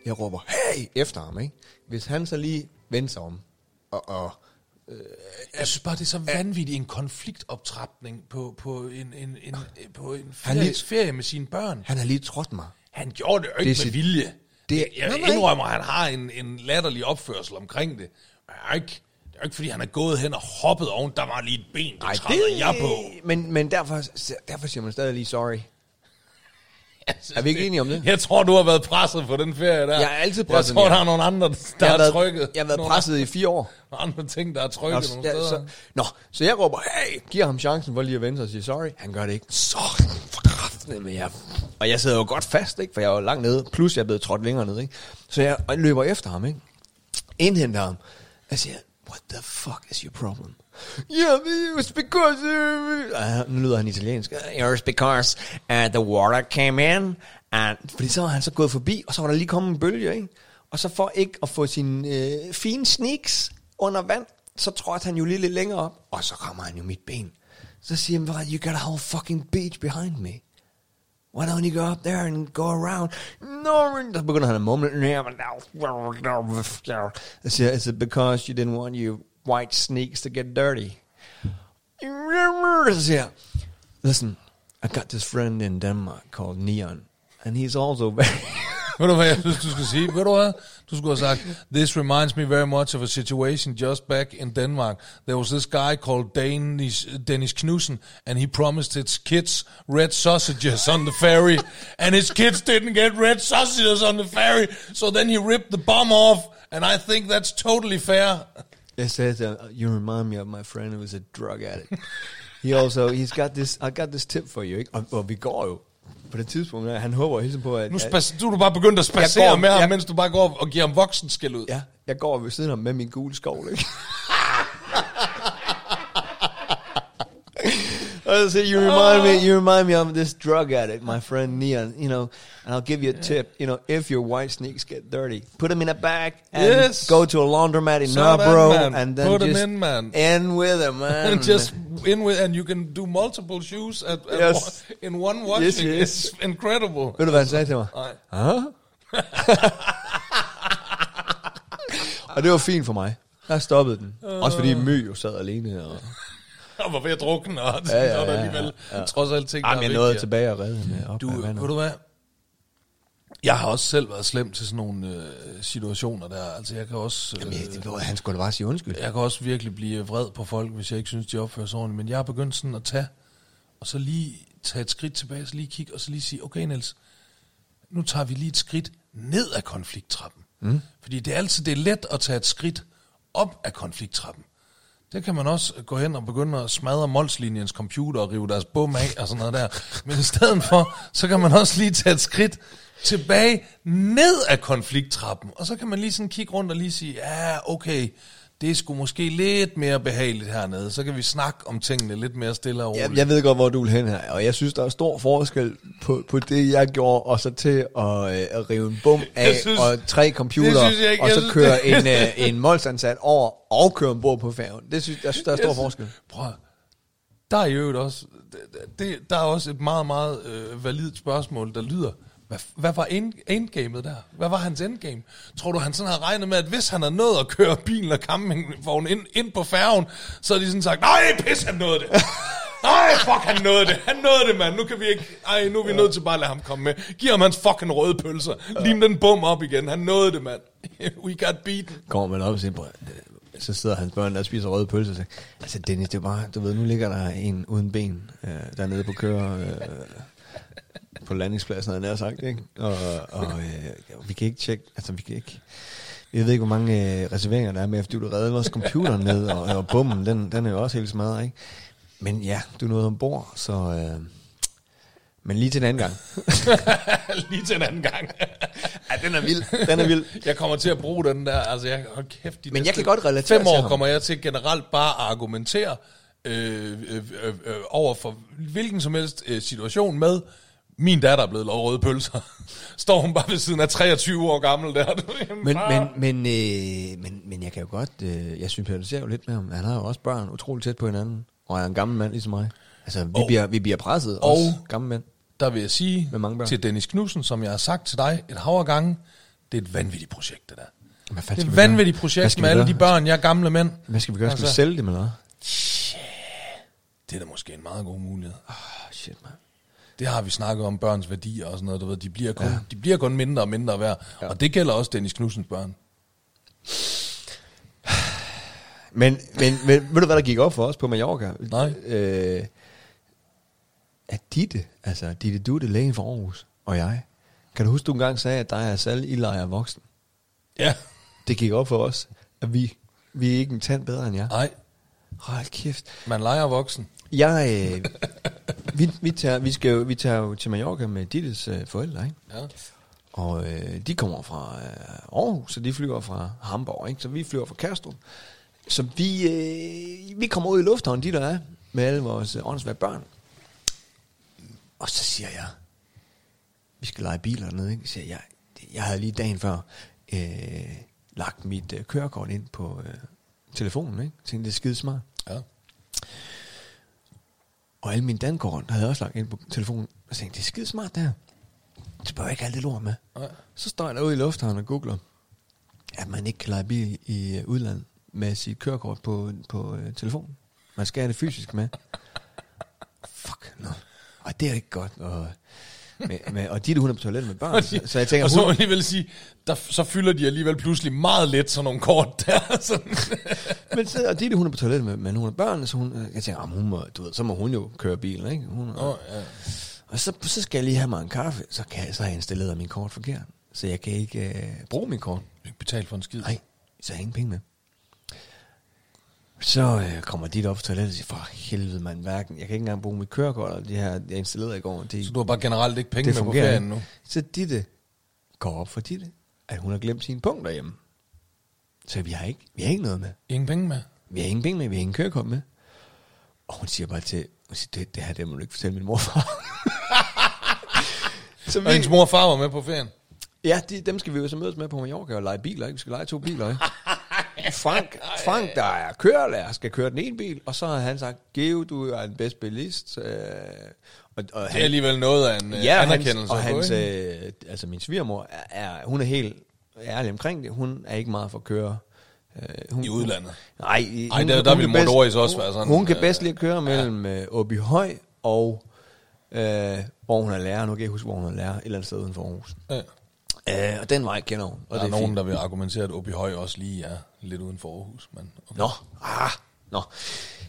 Speaker 3: jeg råber, hey, efter ham, ikke? Hvis han så lige vendte sig om, og, og
Speaker 1: Jeg synes bare, det er så vanvittigt en konfliktoptrapning på, på en, en, en, på en
Speaker 3: Han
Speaker 1: ferie,
Speaker 3: lige-
Speaker 1: ferie med sine børn.
Speaker 3: han har lige trådt mig.
Speaker 1: Han gjorde det jo ikke
Speaker 3: Det
Speaker 1: med
Speaker 3: er sit-
Speaker 1: vilje.
Speaker 3: det-
Speaker 1: Det, jeg
Speaker 3: Nej,
Speaker 1: jeg
Speaker 3: nej.
Speaker 1: indrømmer, at han har en, en latterlig opførsel omkring det. Men det er jo ikke, det er jo ikke, fordi han er gået hen og hoppet oven. Der var lige et ben, der træder jeg på.
Speaker 3: Men, men derfor, derfor siger man stadig lige sorry.
Speaker 1: Altså,
Speaker 3: Er vi ikke enige om det?
Speaker 1: Jeg tror, du har været presset på den ferie der.
Speaker 3: Jeg er altid presset,
Speaker 1: Jeg tror,
Speaker 3: ja.
Speaker 1: der er nogle andre, der
Speaker 3: jeg har
Speaker 1: er
Speaker 3: været,
Speaker 1: trykket.
Speaker 3: Jeg har været
Speaker 1: Nogle
Speaker 3: presset i fire år.
Speaker 1: andre ting, der er
Speaker 3: Nå,
Speaker 1: trykket nogle
Speaker 3: ja,
Speaker 1: steder.
Speaker 3: så, nå, så jeg råber, hey, giver ham chancen for lige at vende sig og sige sorry. Han gør det ikke. Så kraftedeme med jeg. Og jeg sidder jo godt fast, ikke? for jeg er jo langt nede. Plus jeg er blevet trådt længere ned. Ikke? Så jeg og jeg løber efter ham, ikke? indhenter ham. Jeg siger, what the fuck is your problem? Yeah, it's because... Uh, uh, nu lyder han italiensk. "Uh, It's because uh, the water came in. And, fordi så var han så gået forbi, og så var der lige kommet en bølge, ikke? Og så for ikke at få sine øh, fine sneaks under vand, så trådte han jo lige lidt længere op, og så rammer han jo mit ben. Så siger han, "Well, you got a whole fucking beach behind me. Why don't you go up there and go around? No, så begynder han at mumle. Jeg siger, is it because you didn't want your white sneaks to get dirty? Så siger jeg, listen, I got this friend in Denmark called Neon, and he's also very...
Speaker 1: Ved du hvad jeg synes, du skulle sige? Ved du hvad? Du skulle have sagt, this reminds me very much of a situation just back in Denmark. There was this guy called Danish, Dennis Knudsen, and he promised his kids red sausages on the ferry, and his kids didn't get red sausages on the ferry, so then he ripped the bomb off, and I think that's totally fair.
Speaker 3: It says, uh, "You remind me of my friend who was a drug addict." he also, he's got this. I got this tip for you. Ikke? Og, og vi går jo på det tidspunkt. at Han håber hele tiden på, at,
Speaker 1: Nu
Speaker 3: at
Speaker 1: spas, du er du bare begyndt
Speaker 3: Jeg
Speaker 1: at spacere
Speaker 3: går-
Speaker 1: med ham,
Speaker 3: jeg-
Speaker 1: mens du bare går og giver ham voksenskæld ud.
Speaker 3: ja, jeg går ved siden af ham med min gule skovl. Ikke? I say, you remind me, you remind me of this drug addict, my friend Neon. You know, and I'll give you a tip. You know, if your white sneaks get dirty, put them in a bag and
Speaker 1: Yes.
Speaker 3: go to a laundromat in
Speaker 1: Sådan,
Speaker 3: Nørrebro,
Speaker 1: mand.
Speaker 3: and then
Speaker 1: Put 'em
Speaker 3: just
Speaker 1: in, man.
Speaker 3: end with them, man.
Speaker 1: and just in with, and you can do multiple shoes at, at
Speaker 3: Yes.
Speaker 1: one, in one washing.
Speaker 3: yes.
Speaker 1: It's incredible.
Speaker 3: Ved du, hvad han sagde til mig?
Speaker 1: Nej.
Speaker 3: Huh? og det var fint for mig. Jeg stoppede den. Også fordi My jo sad alene. Og...
Speaker 1: Jeg var ved at drukne, og det
Speaker 3: Ja,
Speaker 1: ja,
Speaker 3: ja,
Speaker 1: ja,
Speaker 3: ja,
Speaker 1: alligevel ja, ja. trods alt ting,
Speaker 3: Jamen,
Speaker 1: der
Speaker 3: jeg
Speaker 1: er
Speaker 3: nåede
Speaker 1: vigtigere.
Speaker 3: tilbage og redde hende op. af
Speaker 1: Du,
Speaker 3: vandet.
Speaker 1: ved du hvad? Jeg har også selv været slem til sådan nogle øh, situationer der. Altså, jeg kan også... Øh,
Speaker 3: Jamen, jeg- det var- han skulle da bare sige undskyld.
Speaker 1: jeg kan også virkelig blive vred på folk, hvis jeg ikke synes, de opfører sig ordentligt. Men jeg har begyndt sådan at tage, og så lige tage et skridt tilbage, og så lige kigge, og så lige sige, okay Niels, nu tager vi lige et skridt ned af konflikttrappen. Mm. Fordi det er altid det er let at tage et skridt op af konflikttrappen. Der kan man også gå hen og begynde at smadre Molslinjens computer og rive deres bum af og sådan noget der. Men i stedet for, så kan man også lige tage et skridt tilbage ned af konflikttrappen. Og så kan man lige sådan kigge rundt og lige sige, ja, okay, det er sgu måske lidt mere behageligt hernede. Så kan vi snakke om tingene lidt mere stille og roligt.
Speaker 3: Jeg, jeg ved godt, hvor du vil hen her, og jeg synes, der er stor forskel på, på det, jeg gjorde, og så til at, øh, at rive en bum af, synes,
Speaker 1: synes-
Speaker 3: og tre computere,
Speaker 1: synes jeg ikke.
Speaker 3: og
Speaker 1: Jeg
Speaker 3: så
Speaker 1: synes,
Speaker 3: køre
Speaker 1: det-
Speaker 3: en, øh, en molsansat over, og køre ombord på færgen. Det synes, jeg synes, der er stor
Speaker 1: Jeg synes-
Speaker 3: forskel.
Speaker 1: Prøv at- der er i øvrigt også, det- det, der er også et meget, meget øh, validt spørgsmål, der lyder, hvad, hvad var end, endgamet der? Hvad var hans endgame? Tror du, han sådan har regnet med, at hvis han har nået at køre bilen og campingvognen ind, ind på færgen, så har de sådan sagt, nej, pis, han nåede det. Nej, fuck, han nåede det. Han nåede det, mand. Nu kan vi ikke... Ej, nu er vi nødt til bare at lade ham komme med. Giv ham hans fucking røde pølser. Lim den bum op igen. Han nåede det, mand. We got beaten.
Speaker 3: kommer man op og siger, "Prøv, øh, så sidder hans børn der og spiser røde pølser. og siger, Altså Dennis, det er bare, du ved, nu ligger der en uden ben øh, dernede på køre, øh, på landingspladsen, havde jeg nær sagt, ikke? Og, og øh, vi kan ikke tjekke, altså vi kan ikke, jeg ved ikke, hvor mange øh, reserveringer der er med, fordi du redde vores computer ned, og, og bummen, den, den er jo også helt smadret, ikke? Men ja, du nåede ombord, så... Øh, men lige til en anden gang.
Speaker 1: Lige til en anden gang.
Speaker 3: Ja, den er vild. Den er vild.
Speaker 1: Jeg kommer til at bruge den der, altså jeg, hold kæft. De
Speaker 3: Men jeg kan
Speaker 1: næste
Speaker 3: godt relatere
Speaker 1: Fem
Speaker 3: til
Speaker 1: år
Speaker 3: ham.
Speaker 1: kommer jeg til generelt bare at argumentere øh, øh, øh, øh, over for hvilken som helst øh, situation med, Min datter er blevet lavet røde pølser. Står hun bare ved siden af 23 år gammel der. Du ved, jamen,
Speaker 3: Men,
Speaker 1: far.
Speaker 3: men, men, øh, men, men jeg kan jo godt, øh, jeg sympatiserer jo lidt med ham. Han har jo også børn utroligt tæt på hinanden, og er en gammel mand ligesom mig. Altså, vi,
Speaker 1: Og-
Speaker 3: oh. bliver, vi bliver presset,
Speaker 1: og-
Speaker 3: og også gamle mænd.
Speaker 1: Der vil jeg sige
Speaker 3: Med mange børn.
Speaker 1: til Dennis Knudsen, som jeg har sagt til dig et hav af gange, det er et vanvittigt projekt, det der.
Speaker 3: Hvad fanden
Speaker 1: Det er
Speaker 3: skal
Speaker 1: et
Speaker 3: vi gøre?
Speaker 1: vanvittigt
Speaker 3: Hvad
Speaker 1: projekt
Speaker 3: skal
Speaker 1: med
Speaker 3: vi
Speaker 1: alle
Speaker 3: gøre?
Speaker 1: de børn, jeg er gamle mænd.
Speaker 3: Hvad skal vi gøre? Skal vi
Speaker 1: Altså-
Speaker 3: sælge dem eller hvad?
Speaker 1: Det er da måske en meget god mulighed.
Speaker 3: Oh, shit, man.
Speaker 1: Det har vi snakket om, børns værdier og sådan noget, du ved, de bliver kun, ja. de bliver kun mindre og mindre værd. Ja. Og det gælder også Dennis Knudsens børn.
Speaker 3: Men, men, men ved du, hvad der gik op for os på Mallorca?
Speaker 1: Nej.
Speaker 3: Øh, at Ditte, altså Ditte Dutte, lægen fra Aarhus, og jeg, kan du huske, du engang sagde, at dig og Sal, I leger voksen?
Speaker 1: Ja.
Speaker 3: Det gik op for os, at vi, vi er ikke en tand bedre end jer.
Speaker 1: Nej,
Speaker 3: Hold kæft.
Speaker 1: man leger voksen.
Speaker 3: Jeg, øh, vi, vi, tager, vi, skal jo, vi tager jo til Mallorca med Dittes øh, forældre, ikke?
Speaker 1: Ja.
Speaker 3: Og øh, de kommer fra øh, Aarhus, så de flyver fra Hamburg, ikke? Så vi flyver fra Kastrup. Så vi, øh, vi kommer ud i lufthavnen, de der er, med alle vores øh, åndsvære børn. Og så siger jeg, vi skal lege biler dernede, ikke? Så siger jeg, jeg havde lige dagen før øh, lagt mit øh, kørekort ind på øh, telefonen, ikke? Tænkte, det er skide smart.
Speaker 1: Ja.
Speaker 3: Og alle mine dankort havde jeg også lagt ind på telefonen. Og så tænkte, jeg, det er skide smart det her. Så bør jeg ikke have alt det lort med.
Speaker 1: Nej.
Speaker 3: Så står jeg derude i lufthavnen og googler, at man ikke kan lege bil i øh, udlandet med sit kørekort på, på øh, telefonen. Man skal have det fysisk med. Fuck, no. Og det er ikke godt. Og, med, med, og Ditte, hun er på toilettet med børn. Så, så jeg tænker,
Speaker 1: og så må
Speaker 3: hun,
Speaker 1: jeg alligevel sige, der, så fylder de alligevel pludselig meget lidt sådan nogle kort der. Sådan.
Speaker 3: men så, og Ditte, hun er på toilettet med, med nogle af børnene, så hun, øh, jeg tænker, "Ah, men hun må, du ved, så må hun jo køre bilen, ikke? Hun,
Speaker 1: Nå, ja.
Speaker 3: Og så, så skal jeg lige have mig en kaffe, så, kan jeg, så har jeg installeret min kort forkert. Så jeg kan ikke øh, bruge min kort.
Speaker 1: Du har ikke betalt for en skid.
Speaker 3: Nej, så har jeg ingen penge med. Så øh, kommer dit op på toilettet og siger, for helvede mand, hverken, jeg kan ikke engang bruge mit kørekort, og det her, jeg installerede i går, det,
Speaker 1: Så du har bare generelt ikke penge
Speaker 3: det
Speaker 1: med på
Speaker 3: fungerer
Speaker 1: ferien
Speaker 3: ikke.
Speaker 1: nu.
Speaker 3: Så Ditte går op for Ditte, at hun har glemt sine punkter hjemme. Så vi har ikke, vi har ikke noget med.
Speaker 1: Ingen penge med.
Speaker 3: Vi har ingen penge med, vi har ingen kørekort med. Og hun siger bare til, hun siger, det, det her, det må du ikke fortælle min morfar. så
Speaker 1: Og hendes mor og far var med på ferien.
Speaker 3: Ja, de, dem skal vi jo så mødes med på Mallorca og lege biler, ikke? Vi skal lege to biler, ikke? Frank, Frank, der er kørelærer, skal køre den ene bil, og så har han sagt, Geo, du er den bedste bilist. Øh, og, og
Speaker 1: Det er
Speaker 3: han,
Speaker 1: alligevel noget af en
Speaker 3: ja,
Speaker 1: ja,
Speaker 3: og hans,
Speaker 1: anerkendelse.
Speaker 3: og
Speaker 1: at få,
Speaker 3: hans,
Speaker 1: ikke?
Speaker 3: øh, altså min svigermor, er, er, hun er helt ærlig omkring det. Hun er ikke meget for at køre. Øh, hun,
Speaker 1: I udlandet.
Speaker 3: Nej, i-
Speaker 1: Ej,
Speaker 3: hun-
Speaker 1: der- der
Speaker 3: hun
Speaker 1: ville
Speaker 3: kan bedst-
Speaker 1: Mordoris også
Speaker 3: hun-
Speaker 1: være sådan,
Speaker 3: Hun kan
Speaker 1: øh,
Speaker 3: bedst lige køre mellem øh, Åbyhøj og, øh, hvor hun er lærer. Nu kan jeg ikke huske, hvor hun er lærer. Et eller andet sted uden for Aarhus.
Speaker 1: Ja.
Speaker 3: Øh, og den vej kender hun. Og
Speaker 1: Der
Speaker 3: det
Speaker 1: er
Speaker 3: er
Speaker 1: nogen,
Speaker 3: fint.
Speaker 1: der vil argumentere, at Åby Høj også lige er lidt uden for Aarhus. Men okay.
Speaker 3: Nå, ah, nå.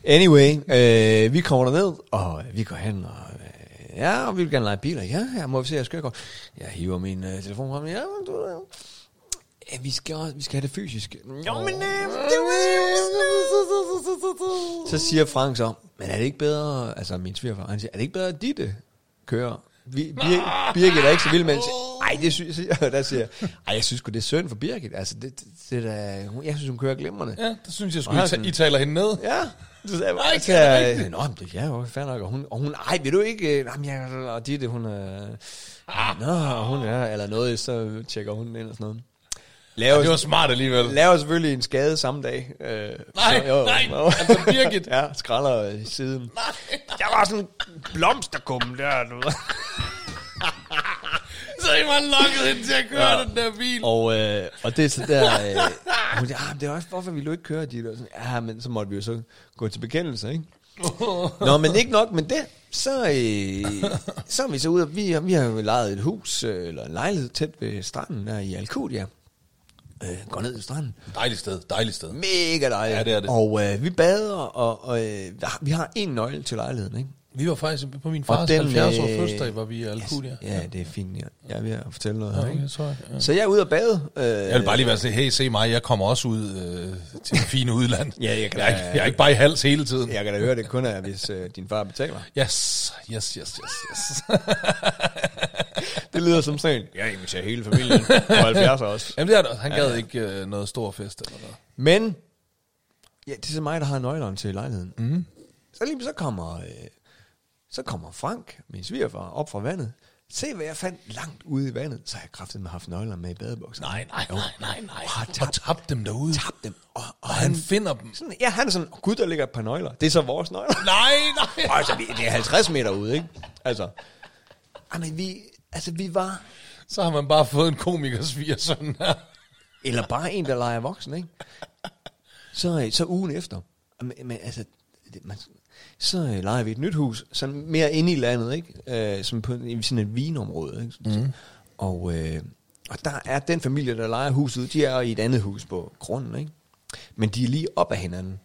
Speaker 3: Anyway, øh, vi kommer derned, og vi går hen, og øh, ja, og vi vil gerne lege biler. Ja, ja, må vi se, jeg skal godt. Jeg hiver min øh, telefon frem. Ja, men du, øh, ja, vi, skal også, vi skal have det fysisk. Jo, men øh, det- Så siger Frank så, men er det ikke bedre, altså min svigerfar, han siger, er det ikke bedre, at Ditte kører? Vi, Birgit, Birgit er ikke så vild, men han siger, ej, det synes jeg, og der siger jeg, ej, jeg synes sgu, det er synd for Birgit, altså, det, det, det er da, hun- jeg synes, hun kører glimrende.
Speaker 1: Ja, det synes jeg sgu,
Speaker 3: Og
Speaker 1: I,
Speaker 3: han
Speaker 1: ta-
Speaker 3: sådan-
Speaker 1: I taler hende ned.
Speaker 3: Ja. Så sagde altså, øh, jeg,
Speaker 1: Nej,
Speaker 3: jeg
Speaker 1: det er da
Speaker 3: kan...
Speaker 1: rigtigt.
Speaker 3: Nå, men det ja, jo, fair nok. Og hun, og hun ej, vil du ikke... øh, Jamen, jeg... Og Ditte, hun er... Ah. Nå, og hun er... Eller noget, så tjekker hun ind og sådan noget. Laver,
Speaker 1: Det var smart alligevel.
Speaker 3: laver selvfølgelig en skade samme dag. Øh,
Speaker 1: Nej, nej, altså Birgit.
Speaker 3: ja, skralder øh, siden. Nej. Der var sådan en blomsterkum der, du ved.
Speaker 1: Så I var lukket ind til at køre ja. den der bil.
Speaker 3: Og, øh, og det er så der... Øh, hun siger, ah, men det er også, hvorfor ville du ikke køre dit? Og sådan, ja, men så måtte vi jo så gå til bekendelse, ikke? Nå, men ikke nok med det. Så, øh, så er vi så ude, og vi, vi har jo lejet et hus, øh, eller en lejlighed tæt ved stranden der i Alcudia. Øh, går ned til stranden.
Speaker 1: Dejligt sted, dejligt sted.
Speaker 3: Mega dejligt.
Speaker 1: Ja, det er det.
Speaker 3: Og øh, vi bader, og, og øh, vi har en nøgle til lejligheden, ikke?
Speaker 1: Vi var faktisk på min
Speaker 3: Og
Speaker 1: fars
Speaker 3: den,
Speaker 1: 70 års
Speaker 3: øh,
Speaker 1: fødselsdag, var vi i Alcudia.
Speaker 3: Yes. Ja, det er fint. Jeg, jeg er ved at fortælle noget her,
Speaker 1: Okay,
Speaker 3: ikke?
Speaker 1: jeg tror, jeg, ja.
Speaker 3: Så jeg er ude og bade. Øh,
Speaker 1: Jeg vil bare lige være sådan, hey, se mig, jeg kommer også ud øh, til det fine udland.
Speaker 3: Ja, jeg kan
Speaker 1: jeg, er
Speaker 3: da-
Speaker 1: ikke- jeg er ikke bare i hals hele tiden.
Speaker 3: Jeg kan da høre, det kun er, hvis øh, din far betaler.
Speaker 1: Yes, yes, yes, yes, yes.
Speaker 3: Det lyder som sådan. Jeg inviterer hele familien på 70 også.
Speaker 1: Jamen det er det. også. Han gad ikke øh, noget stor fest eller noget.
Speaker 3: Men, ja, det er så mig, der har nøglerne til lejligheden.
Speaker 1: Mhm.
Speaker 3: Mm. Så lige så kommer, øh, så kommer Frank, min svigerfar, op fra vandet. Se, hvad jeg fandt langt ude i vandet. Så har jeg kraftet med haft nøglerne med i badebukser.
Speaker 1: Nej, nej, nej, nej, nej.
Speaker 3: Og har
Speaker 1: Og
Speaker 3: tabt-
Speaker 1: tabt dem derude.
Speaker 3: Tabt dem. Og,
Speaker 1: Og han finder dem.
Speaker 3: sådan, ja, han er sådan, oh, gud, der ligger et par nøgler. Det er så vores nøgler.
Speaker 1: Nej, nej.
Speaker 3: Og altså, vi, det er 50 meter ude, ikke? Altså. Ej, men vi, altså, vi var...
Speaker 1: Så har man bare fået en komikers fire sådan her.
Speaker 3: Eller bare en, der leger voksen, ikke? Så, øh, så ugen efter. Men, men altså, det, man, så øh, leger vi et nyt hus, sådan mere inde i landet, ikke? Øh, som på i sådan et vinområde, ikke? Mm. Og, øh, og der er den familie, der leger huset, de er i et andet hus på grunden, ikke? Men de er lige op af hinanden.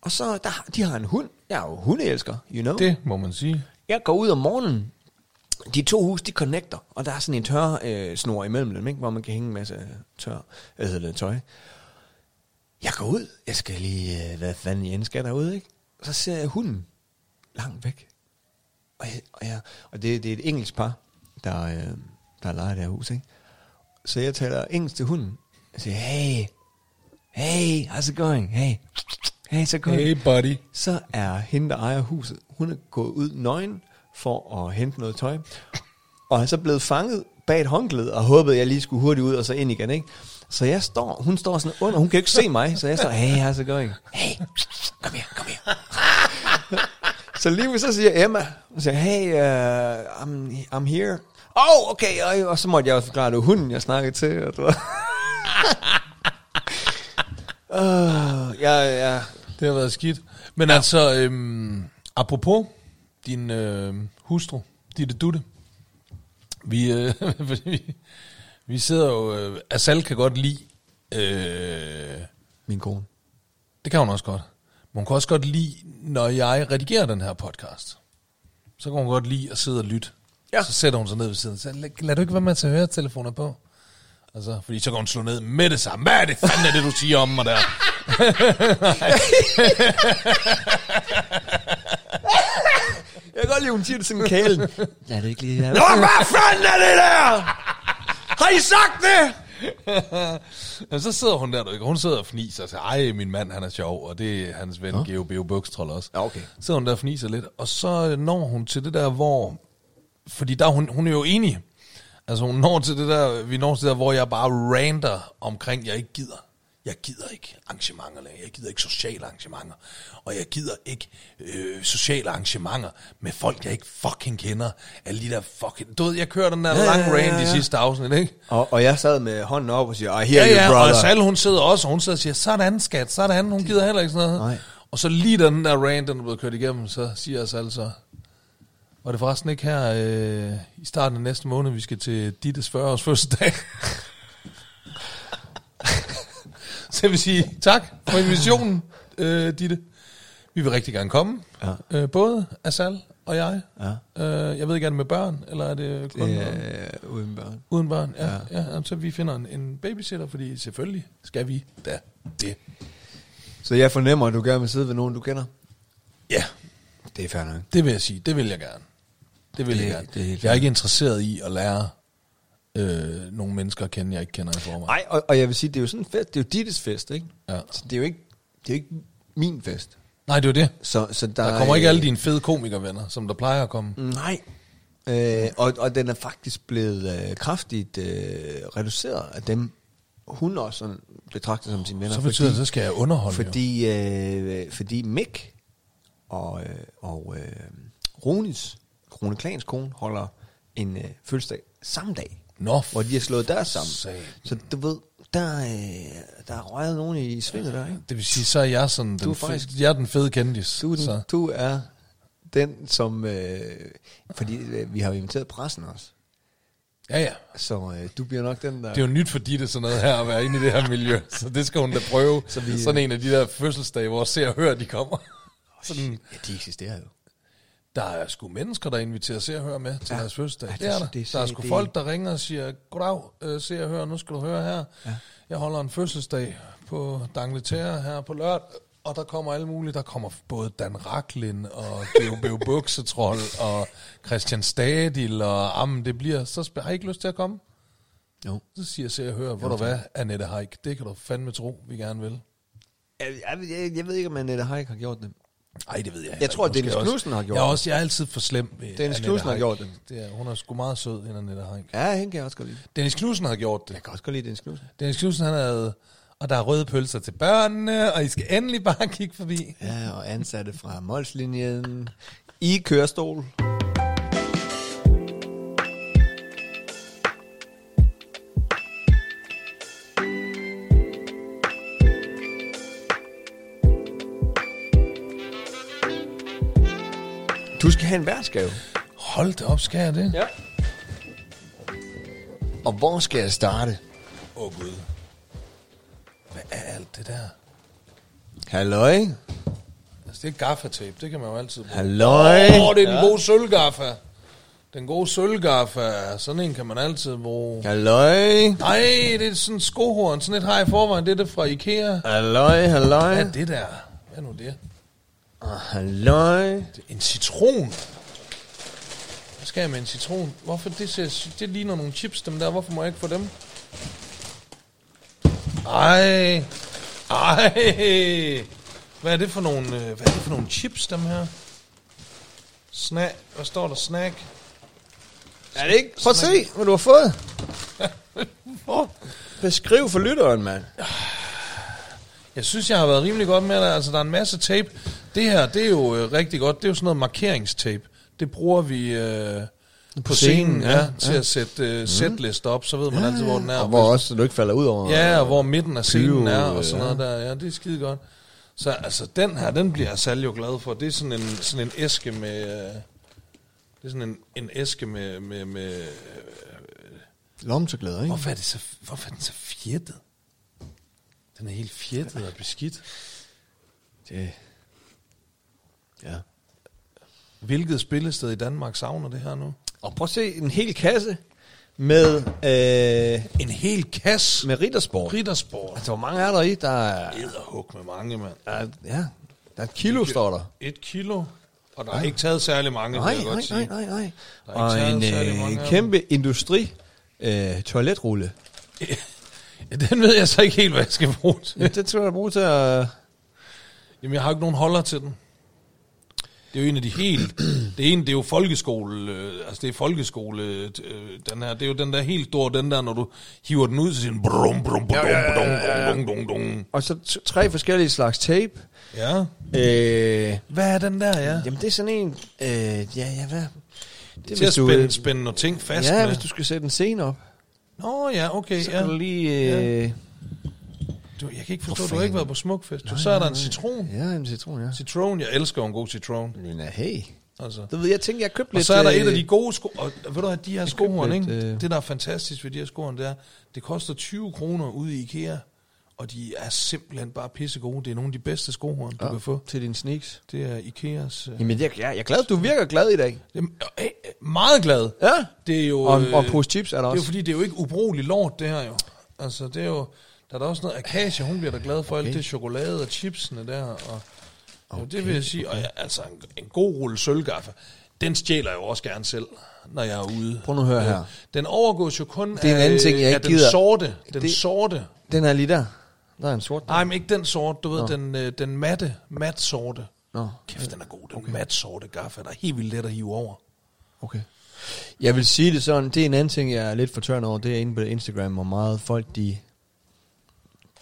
Speaker 3: Og så, der, de har en hund. Jeg er jo hundeelsker, you know.
Speaker 1: Det må man sige.
Speaker 3: Jeg går ud om morgenen. De to hus, de connecter, og der er sådan en tør øh, snor imellem dem, ikke? hvor man kan hænge en masse tør, hvad hedder det, tøj. Jeg går ud, jeg skal lige, øh, hvad fanden Jens skal derude, ikke? Så ser jeg hunden langt væk. Og, jeg, og, jeg, og det, det er et engelsk par, der, øh, der leger det her hus, ikke? Så jeg taler engelsk til hunden. Jeg siger, hey, hey, how's it going? Hey, hey, så going?
Speaker 1: Hey, buddy.
Speaker 3: Så er hende, der ejer huset, hun er gået ud nøgen for at hente noget tøj. Og er så blevet fanget bag et håndklæde, og håbede, jeg lige skulle hurtigt ud og så ind igen, ikke? Så jeg står, hun står sådan under, hun kan jo ikke se mig, så jeg står, hey, how's it going? Hey, kom her, kom her. Så lige ved, så siger Emma, hun siger, hey, uh, I'm, I'm here. Oh, okay, og, og så måtte jeg jo forklare, at det var hunden, jeg snakkede til. Og det var... uh, jeg, jeg,
Speaker 1: Det har været skidt. Men ja. altså, øhm, apropos din øh, hustru, Ditte Dutte. Vi, øh, fordi vi, vi sidder jo... Øh, Asal kan godt lide... Øh,
Speaker 3: min kone.
Speaker 1: det kan hun også godt. Men hun kan også godt lide, når jeg redigerer den her podcast. Så kan hun godt lide at sidde og lytte.
Speaker 3: Ja.
Speaker 1: Så sætter hun sig ned ved siden. Så lad, lad du ikke være med til at høre telefoner på? Altså, fordi så kan hun slå ned med det samme. Hvad er det fanden er det, du siger om mig der?
Speaker 3: Jeg kan godt lide, hun siger det sådan kælen. Lad det ikke lige her. Nå, hvad fanden er det der? Har I sagt det?
Speaker 1: Jamen, så sidder hun der, du ikke? Hun sidder og fniser og siger, ej, min mand, han er sjov, og det er hans ven, Geo Beo Bukstrol også.
Speaker 3: Ja, okay.
Speaker 1: Så sidder hun der og fniser lidt, og så når hun til det der, hvor... Fordi der, er hun, hun er jo enig. Altså, hun når til det der, vi når til det der, hvor jeg bare rander omkring, jeg ikke gider. Jeg gider ikke arrangementer længere. Jeg gider ikke sociale arrangementer. Og jeg gider ikke øh, sociale arrangementer med folk, jeg ikke fucking kender. Alle de der fucking... Du ved, jeg kører den der ja, lang ja, ja, ja. rant i sidste afsnit, ikke?
Speaker 3: Og, og jeg sad med hånden op og siger, I hear
Speaker 1: Ja,
Speaker 3: you,
Speaker 1: ja, og
Speaker 3: brother.
Speaker 1: Sal, hun sidder også, og hun sidder og siger, sådan skat, sådan, hun gider heller ikke sådan noget.
Speaker 3: Nej.
Speaker 1: Og så lige da den der rant, den er blevet kørt igennem, så siger Sal så, var det forresten ikke her øh, i starten af næste måned, vi skal til Dittes 40-års fødselsdag? så jeg vil sige tak for invitationen, øh, Ditte. Vi vil rigtig gerne komme. Ja. Øh, både Asal og jeg. Ja. Øh, jeg ved ikke, er det med børn, eller er det kun... om-
Speaker 3: Øh, uden børn.
Speaker 1: Uden børn, ja. ja. ja jamen, så vi finder en, en babysitter, fordi selvfølgelig skal vi da det.
Speaker 3: Så jeg fornemmer, at du gerne vil sidde ved nogen, du kender.
Speaker 1: Ja,
Speaker 3: Det er fair nok.
Speaker 1: det vil jeg sige. Det vil jeg gerne. Det vil det,
Speaker 3: Det-
Speaker 1: jeg gerne.
Speaker 3: det er helt
Speaker 1: jeg er ikke interesseret i at lære øh, nogle mennesker at kende, jeg ikke kender i forvejen.
Speaker 3: Nej, og, og jeg vil sige, det er jo sådan en fest. Det er jo Dittes fest, ikke?
Speaker 1: Ja.
Speaker 3: Så det er jo ikke, det er jo ikke min fest.
Speaker 1: Nej, det er jo det.
Speaker 3: Så, så der, Mm,
Speaker 1: Der kommer ikke alle dine fede komikervenner, som der plejer at komme.
Speaker 3: Nej. Øh, og, og den er faktisk blevet øh, kraftigt øh, reduceret af dem, hun også sådan betragter som sine venner.
Speaker 1: Så betyder det, så skal jeg underholde jo.
Speaker 3: Fordi, øh, fordi Mick og, øh, og øh, Ronis, Rune Klans kone, holder en øh, fødselsdag samme dag.
Speaker 1: Nå,
Speaker 3: Hvor de har slået deres sammen.
Speaker 1: satan.
Speaker 3: Så du ved, der, øh, der er røget nogen i svinget der, ikke?
Speaker 1: Det vil sige, så er jeg sådan den,
Speaker 3: er
Speaker 1: faktisk,
Speaker 3: faktisk-
Speaker 1: jeg er den fede kendis.
Speaker 3: Du, er den,
Speaker 1: så.
Speaker 3: du er den, som... Øh, fordi øh, vi har jo inviteret pressen også.
Speaker 1: Ja, ja.
Speaker 3: Så øh, du bliver nok den der...
Speaker 1: Det er jo nyt for Ditte sådan noget her at være inde i det her miljø, så det skal hun da prøve. Så vi, øh, sådan en af de der fødselsdage, hvor se og hør, de kommer. Sådan,
Speaker 3: Ja, de eksisterer jo.
Speaker 1: der er sgu mennesker, der inviterer se og hør med til ja. deres fødselsdag. Ja,
Speaker 3: Ja, det-
Speaker 1: det, det er der.
Speaker 3: det
Speaker 1: der er
Speaker 3: sagde-
Speaker 1: sgu
Speaker 3: det-
Speaker 1: folk, der ringer og siger, goddag, øh, se og hør, nu skal du høre her. Ja. Jeg holder en fødselsdag på Dangletære her på lørdag. Og der kommer alle mulige. Der kommer både Dan Raklin og Geo Beo Buksetrol og Christian Stadil og Am, det bliver så spændende. Har I ikke lyst til at komme?
Speaker 3: Jo.
Speaker 1: Så siger jeg, se og hør, hvor der hvad, Annette Haik. Det kan du fandme tro, vi gerne vil.
Speaker 3: Jeg, jeg, jeg, jeg ved ikke, om Annette Haik har gjort det.
Speaker 1: Nej, det ved jeg
Speaker 3: Jeg tror,
Speaker 1: ikke.
Speaker 3: at Dennis
Speaker 1: Måske også.
Speaker 3: Knudsen har gjort
Speaker 1: jeg er
Speaker 3: det.
Speaker 1: også, Jeg er altid for slem ved
Speaker 3: Dennis
Speaker 1: Annette
Speaker 3: Knudsen har
Speaker 1: Heik.
Speaker 3: gjort det.
Speaker 1: det er, hun er sgu meget sød, end Annette Heik.
Speaker 3: Ja, hende kan jeg også godt lide.
Speaker 1: Dennis Knudsen har gjort det.
Speaker 3: Jeg kan også godt lide Dennis Knudsen.
Speaker 1: Dennis Knudsen, han havde, og der er røde pølser til børnene, og I skal endelig bare kigge forbi.
Speaker 3: Ja, og ansatte fra Molslinjen i kørestol. Du skal have en værtsgave.
Speaker 1: Hold da op, skal jeg det?
Speaker 3: Ja. Og hvor skal jeg starte?
Speaker 1: Åh oh, gud. Hvad er alt det der?
Speaker 3: Halløj.
Speaker 1: Altså, det er gaffatape, det kan man jo altid bruge.
Speaker 3: Halløj.
Speaker 1: Åh, oh, det er den ja. gode sølvgaffa. Den gode sølvgaffa, sådan en kan man altid bruge. Ja.
Speaker 3: Halløj.
Speaker 1: Nej, det er sådan en skohorn, sådan et har jeg i forvejen, det er det fra Ikea.
Speaker 3: Halløj, halløj.
Speaker 1: Hvad er det der? Hvad er nu det?
Speaker 3: Og halløj.
Speaker 1: Det er En citron. Hvad skal jeg med en citron? Hvorfor det ser... Det ligner nogle chips, dem der. Hvorfor må jeg ikke få dem? Ej. Ej. Hvad er det for nogle... øh, Hvad er det for nogle chips, dem her? Snack. Hvad står der? Snack.
Speaker 3: Er det ikke? Prøv at se, hvad du har fået. Beskriv for lytteren, mand.
Speaker 1: Jeg synes, jeg har været rimelig godt med det. Altså, der er en masse tape. Det her, det er jo øh, rigtig godt. Det er jo sådan noget markeringstape. Det bruger vi... Øh, på scenen, ja, ja, til at sætte øh, setliste op, så ved man ja, altid, hvor den er.
Speaker 3: Og hvor også, så du ikke falder ud over.
Speaker 1: Ja, og hvor midten af scenen
Speaker 3: Pyro,
Speaker 1: er, og sådan
Speaker 3: ja.
Speaker 1: noget der. Ja, det er skide godt. Så altså, den her, den bliver Sal jo glad for. Det er sådan en, sådan en æske med... øh, Det er sådan en, en æske med, med, med... øh,
Speaker 3: Lommen så glad, ikke?
Speaker 1: Hvorfor er, det så, hvorfor er den så fjettet? Den er helt fjettet og beskidt.
Speaker 3: Det. Ja.
Speaker 1: Hvilket spillested i Danmark savner det her nu?
Speaker 3: Og prøv at se en hel kasse med, øh,
Speaker 1: En hel kasse med
Speaker 3: med riddersport.
Speaker 1: riddersport. Altså,
Speaker 3: Altså, hvor mange er der i? Der er,
Speaker 1: Edderhug med mange, mand.
Speaker 3: der er, ja, der er et kilo, står der.
Speaker 1: Et kilo, og der er ikke taget særlig mange,
Speaker 3: Nej,
Speaker 1: vil jeg godt sige.
Speaker 3: nej, nej, nej, nej.
Speaker 1: Der er ikke
Speaker 3: Og en
Speaker 1: taget særlig mange
Speaker 3: øh,
Speaker 1: af dem.
Speaker 3: kæmpe industri øh, toiletrulle.
Speaker 1: Ja, den ved jeg så ikke helt, hvad jeg skal bruge til.
Speaker 3: Ja, det tror jeg, bruge til at...
Speaker 1: Jamen, jeg har jo ikke nogen holder til den. Det er jo en af de helt... Det ene, det er jo folkeskole... Øh, altså, det er folkeskole... Øh, den her, det er jo den der helt store, den der, når du hiver den ud, så siger den... Brum, brum, brum, brum, brum, brum, brum.
Speaker 3: Og så t- tre forskellige slags tape.
Speaker 1: Ja.
Speaker 3: Øh,
Speaker 1: Hvad er den der, ja?
Speaker 3: Jamen, det er sådan en... Øh, ja, ja, hvad? Det er,
Speaker 1: Til at spænde, spænde nogle ting fast
Speaker 3: øh, Ja,
Speaker 1: med.
Speaker 3: hvis du skal sætte en scene op,
Speaker 1: Nå, ja, okay,
Speaker 3: så
Speaker 1: ja.
Speaker 3: kan du lige... Øh,
Speaker 1: Du, jeg kan ikke forstå, at du har ikke været på smukfest. Du, så er der en citron.
Speaker 3: ja. en citron, ja.
Speaker 1: Citron, jeg elsker jo en god citron.
Speaker 3: Men ja, hey.
Speaker 1: Altså.
Speaker 3: Du ved, jeg tænkte, jeg købte
Speaker 1: øh, Og
Speaker 3: lidt...
Speaker 1: så er der et af
Speaker 3: øh,
Speaker 1: de gode sko, og ved du hvad, de her skohorn,
Speaker 3: lidt,
Speaker 1: ikke?
Speaker 3: øh,
Speaker 1: det der er fantastisk ved de her skohorn, det er, det koster 20 kroner ude i IKEA, og de er simpelthen bare pissegode. Det er nogle af de bedste skohorn, du kan få.
Speaker 3: Til din sneaks.
Speaker 1: Det er IKEAs... Øh,
Speaker 3: Jamen, jeg, jeg, jeg er glad. Du virker glad i dag.
Speaker 1: Jamen, øh, øh, meget glad.
Speaker 3: Ja.
Speaker 1: Det er jo...
Speaker 3: Og,
Speaker 1: øh,
Speaker 3: og pose chips er der
Speaker 1: Det er jo
Speaker 3: også.
Speaker 1: fordi, det er jo ikke ubrugeligt lort, det her jo. Altså, det er jo... Der er da også noget... Akasia, hun bliver da glad for okay. alt det chokolade og chipsene der, og... Okay, jo, det vil jeg sige. Og ja, altså, en, en god rulle sølvgaffe, den stjæler jeg jo også gerne selv, når jeg er ude. Øh,
Speaker 3: Prøv nu at høre her.
Speaker 1: Den overgås jo kun
Speaker 3: Det er en anden ting, jeg
Speaker 1: af
Speaker 3: ikke gider.
Speaker 1: den sorte. Den
Speaker 3: Det-
Speaker 1: det... sorte.
Speaker 3: Den er lige der. Der er en sort.
Speaker 1: Nej, men ikke den sorte, du ved, den, øh, den matte, mat sorte.
Speaker 3: Nå,
Speaker 1: Kæft, den er god, den okay. mat sorte gaffe, der er helt vildt let at hive over.
Speaker 3: okay. Jeg vil sige det sådan, det er en anden ting, jeg er lidt fortørnet over, det er inde på Instagram, hvor meget folk de,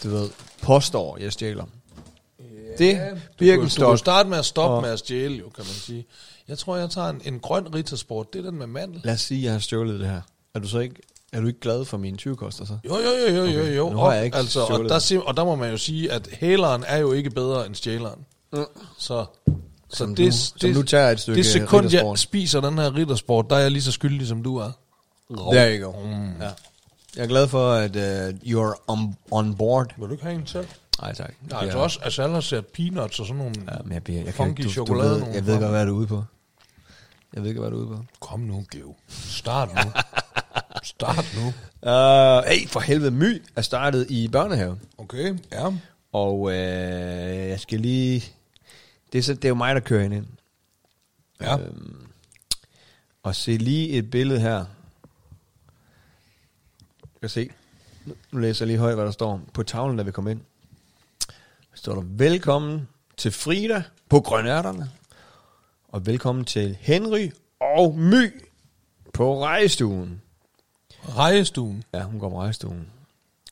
Speaker 3: du ved, påstår, jeg stjæler. Yeah, det,
Speaker 1: Du kan jo
Speaker 3: Birkenstock,
Speaker 1: starte med at stoppe
Speaker 3: Og-
Speaker 1: med at stjæle, jo, kan man sige. Jeg tror, jeg tager en, en grøn rittersport, det er den med mandel.
Speaker 3: lad os sige, jeg har stjålet det her. Er du så ikke, er du ikke glad for mine 20 koster så?
Speaker 1: Jo, jo, jo, jo, jo, jo.
Speaker 3: nu har jeg
Speaker 1: Og-
Speaker 3: ikke
Speaker 1: altså, og,
Speaker 3: stjålet
Speaker 1: der,
Speaker 3: den.
Speaker 1: sim- og der må man jo sige, at hæleren er jo ikke bedre end stjæleren.
Speaker 3: Mm.
Speaker 1: Så, så
Speaker 3: Som
Speaker 1: det,
Speaker 3: nu-
Speaker 1: det,
Speaker 3: som nu tager jeg et stykke
Speaker 1: det sekund, jeg
Speaker 3: riddersport.
Speaker 1: spiser den her riddersport, der er jeg lige så skyldig, som du er.
Speaker 3: Der er go. Mm. Ja. Jeg er glad for, at uh, you're on, on board.
Speaker 1: Vil du ikke have en selv?
Speaker 3: Nej, tak.
Speaker 1: Nej, altså også, altså alle har sat peanuts og sådan nogle
Speaker 3: Ja, men jeg, bliver, jeg, kan,
Speaker 1: funky
Speaker 3: ikke- du, du
Speaker 1: chokolade.
Speaker 3: ved,
Speaker 1: nogle
Speaker 3: jeg ved
Speaker 1: fra.
Speaker 3: godt, hvad du er ude på. Jeg ved godt, hvad du er ude på.
Speaker 1: Kom nu, Gev. Start nu. Start nu.
Speaker 3: Uh, hey, for helvede, My er startet i børnehave.
Speaker 1: Okay, ja.
Speaker 3: Og øh, jeg skal lige... Det er, så, det er jo mig, der kører hende ind.
Speaker 1: Ja.
Speaker 3: Og se lige et billede her. Du kan se. Nu- Nu læser jeg lige højt, hvad der står på tavlen, da vi kom ind. Der står der, velkommen til Frida på Grønærterne. Og velkommen til Henry og My på rejestuen.
Speaker 1: Rejestuen.
Speaker 3: Ja, hun går på rejestuen.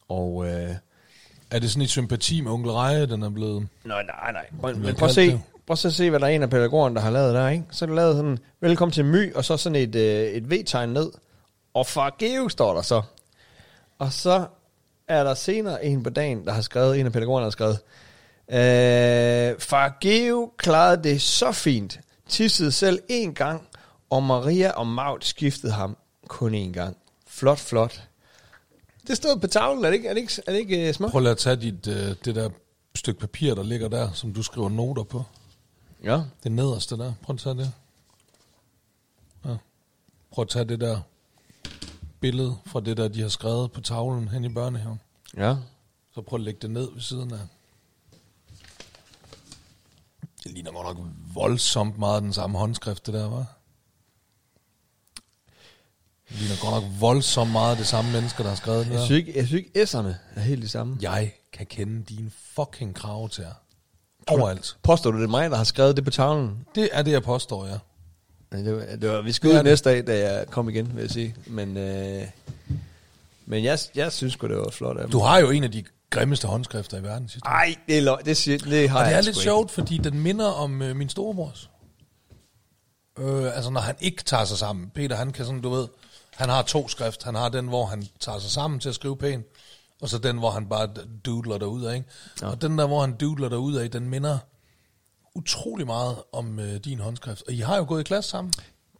Speaker 3: Og øh,
Speaker 1: Er det sådan et sympati med onkel Reje, den er blevet?
Speaker 3: Nej, nej, nej. Prøv,
Speaker 1: Hvad
Speaker 3: men prøv at
Speaker 1: kaldte
Speaker 3: se,
Speaker 1: det?
Speaker 3: prøv så at se, hvad der er en af pædagogerne, der har lavet der, ikke? Så er der lavet sådan, velkommen til My, og så sådan et, øh, et V-tegn ned. Og for Geo står der så. Og så er der senere en på dagen, der har skrevet, en af pædagogerne har skrevet, øh, far Geo klarede det så fint, tissede selv én gang, og Maria og Maud skiftede ham kun én gang. Flot, flot. Det stod på tavlen, er det ikke, er det ikke, er det ikke uh, smukt?
Speaker 1: Prøv lige at tage dit, øh, det der stykke papir, der ligger der, som du skriver noter på.
Speaker 3: Ja.
Speaker 1: Det nederste der. Prøv at tage det. Ja. Prøv at tage det der billede fra det der, de har skrevet på tavlen hen i børnehaven.
Speaker 3: Ja.
Speaker 1: Så prøv at lægge det ned ved siden af. Det ligner godt nok voldsomt meget den samme håndskrift, det der, var. Det ligner godt nok voldsomt meget det samme mennesker, der har skrevet det
Speaker 3: Jeg synes
Speaker 1: der.
Speaker 3: ikke, jeg synes ikke S'erne er helt de samme.
Speaker 1: Jeg kan kende dine fucking krav til jer. Overalt.
Speaker 3: Påstår du, det er mig, der har skrevet det på tavlen?
Speaker 1: Det er det, jeg påstår, ja.
Speaker 3: Ja, Det var, det var, vi skulle
Speaker 1: Det
Speaker 3: ud
Speaker 1: er det.
Speaker 3: næste dag, da jeg kom igen, vil jeg sige. Men, øh, men jeg, jeg synes sgu, det var flot af
Speaker 1: Du
Speaker 3: mig.
Speaker 1: har jo en af de grimmeste håndskrifter i verden, sidst.
Speaker 3: Ej, det, er løg, det, siger, det har
Speaker 1: Og det
Speaker 3: jeg
Speaker 1: er
Speaker 3: sgu
Speaker 1: lidt
Speaker 3: ikke.
Speaker 1: sjovt, fordi den minder om øh, min storebrors. Øh, altså, når han ikke tager sig sammen. Peter, han kan sådan, du ved, han har to skrift. Han har den, hvor han tager sig sammen til at skrive pænt, og så den, hvor han bare doodler derudad, ikke? Ja. Og den der, hvor han doodler derudad, den minder utrolig meget om øh, din håndskrift. Og I har jo gået i klasse sammen.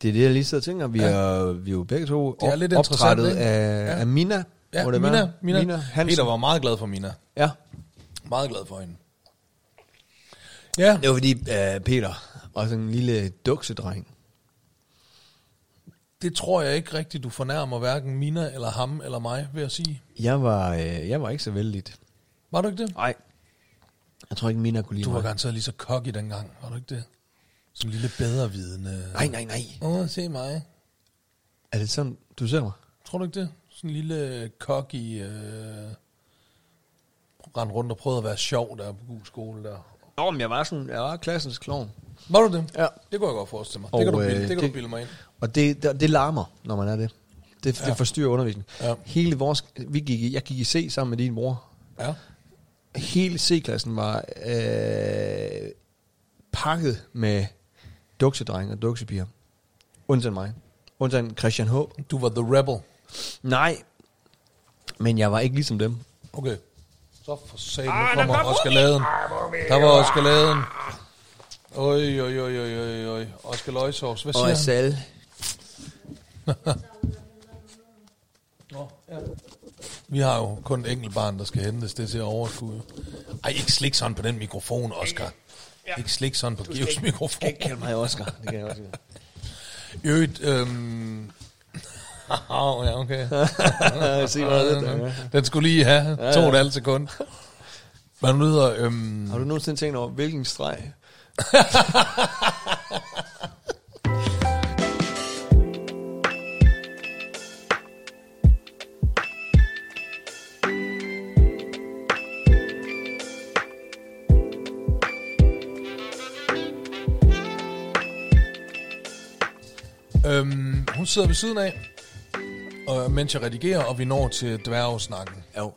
Speaker 3: Det er det, jeg lige sidder og tænker. Vi, ja. er, vi er jo begge to
Speaker 1: Det er
Speaker 3: op-
Speaker 1: lidt
Speaker 3: opdrættet
Speaker 1: interessant, ikke?
Speaker 3: af,
Speaker 1: Ja.
Speaker 3: af Mina.
Speaker 1: Ja,
Speaker 3: må
Speaker 1: Mina,
Speaker 3: være.
Speaker 1: Mina, Mina,
Speaker 3: Mina Hansen.
Speaker 1: Peter var meget glad for Mina.
Speaker 3: Ja,
Speaker 1: Meget glad for hende. Ja,
Speaker 3: det var fordi øh, Peter var sådan en lille duksedreng.
Speaker 1: det tror jeg ikke rigtigt, du fornærmer hverken Mina eller ham eller mig, vil jeg sige.
Speaker 3: Jeg var, øh, jeg var ikke så vældig.
Speaker 1: Var du ikke det?
Speaker 3: Nej. Jeg tror ikke, Mina kunne lide
Speaker 1: Du var
Speaker 3: mig.
Speaker 1: garanteret lige så cocky dengang, var du ikke det? Som lille bedrevidende.
Speaker 3: Nej, nej, nej.
Speaker 1: Åh, oh, se mig.
Speaker 3: Er det sådan, du ser mig?
Speaker 1: Tror du ikke det? Sådan en lille cocky... Øh, rende rundt og prøvede at være sjov der på god skole der.
Speaker 3: Nå, men jeg var sådan, jeg var klassens klovn.
Speaker 1: Var du det?
Speaker 3: Ja.
Speaker 1: Det kunne jeg godt forestille mig.
Speaker 3: Og,
Speaker 1: det kan du,
Speaker 3: øh,
Speaker 1: bilde, det kan
Speaker 3: det-
Speaker 1: du bilde mig ind.
Speaker 3: Og det, det, det larmer, når man er det. Det, ja. det forstyrrer undervisningen.
Speaker 1: Ja.
Speaker 3: Hele vores, vi gik, i- jeg gik i C sammen med din mor.
Speaker 1: Ja.
Speaker 3: Hele C-klassen var øh, pakket med duksedrenge og duksepiger. Undtagen mig. Undtagen Christian H.
Speaker 1: Du var the rebel.
Speaker 3: Nej, men jeg var ikke ligesom dem.
Speaker 1: Okay. Så for sat, nu Ah, kommer Oskaladen. Der var Oskaladen. Oj, oj, oj, oj, oj, oj. Oskar Løgsovs, hvad siger
Speaker 3: Og
Speaker 1: han?
Speaker 3: Sal.
Speaker 1: Vi har jo kun et enkelt barn, der skal hentes. Det ser overskue. Ej, ikke slik sådan på den mikrofon, Oscar. Ja. Ikke slik sådan på Georgs mikrofon.
Speaker 3: Kald mig Oscar. Det kan jeg også sige.
Speaker 1: I øvrigt, øhm... Oh, ja, okay.
Speaker 3: Se, hvor er det der. ja.
Speaker 1: den skulle lige have to og et halvt sekund. Hvad nu hedder, øhm...
Speaker 3: Har du nogensinde tænkt over, hvilken streg?
Speaker 1: øhm hun sidder ved siden af, og, mens jeg redigerer, og vi når til dværgesnakken.
Speaker 3: Jo.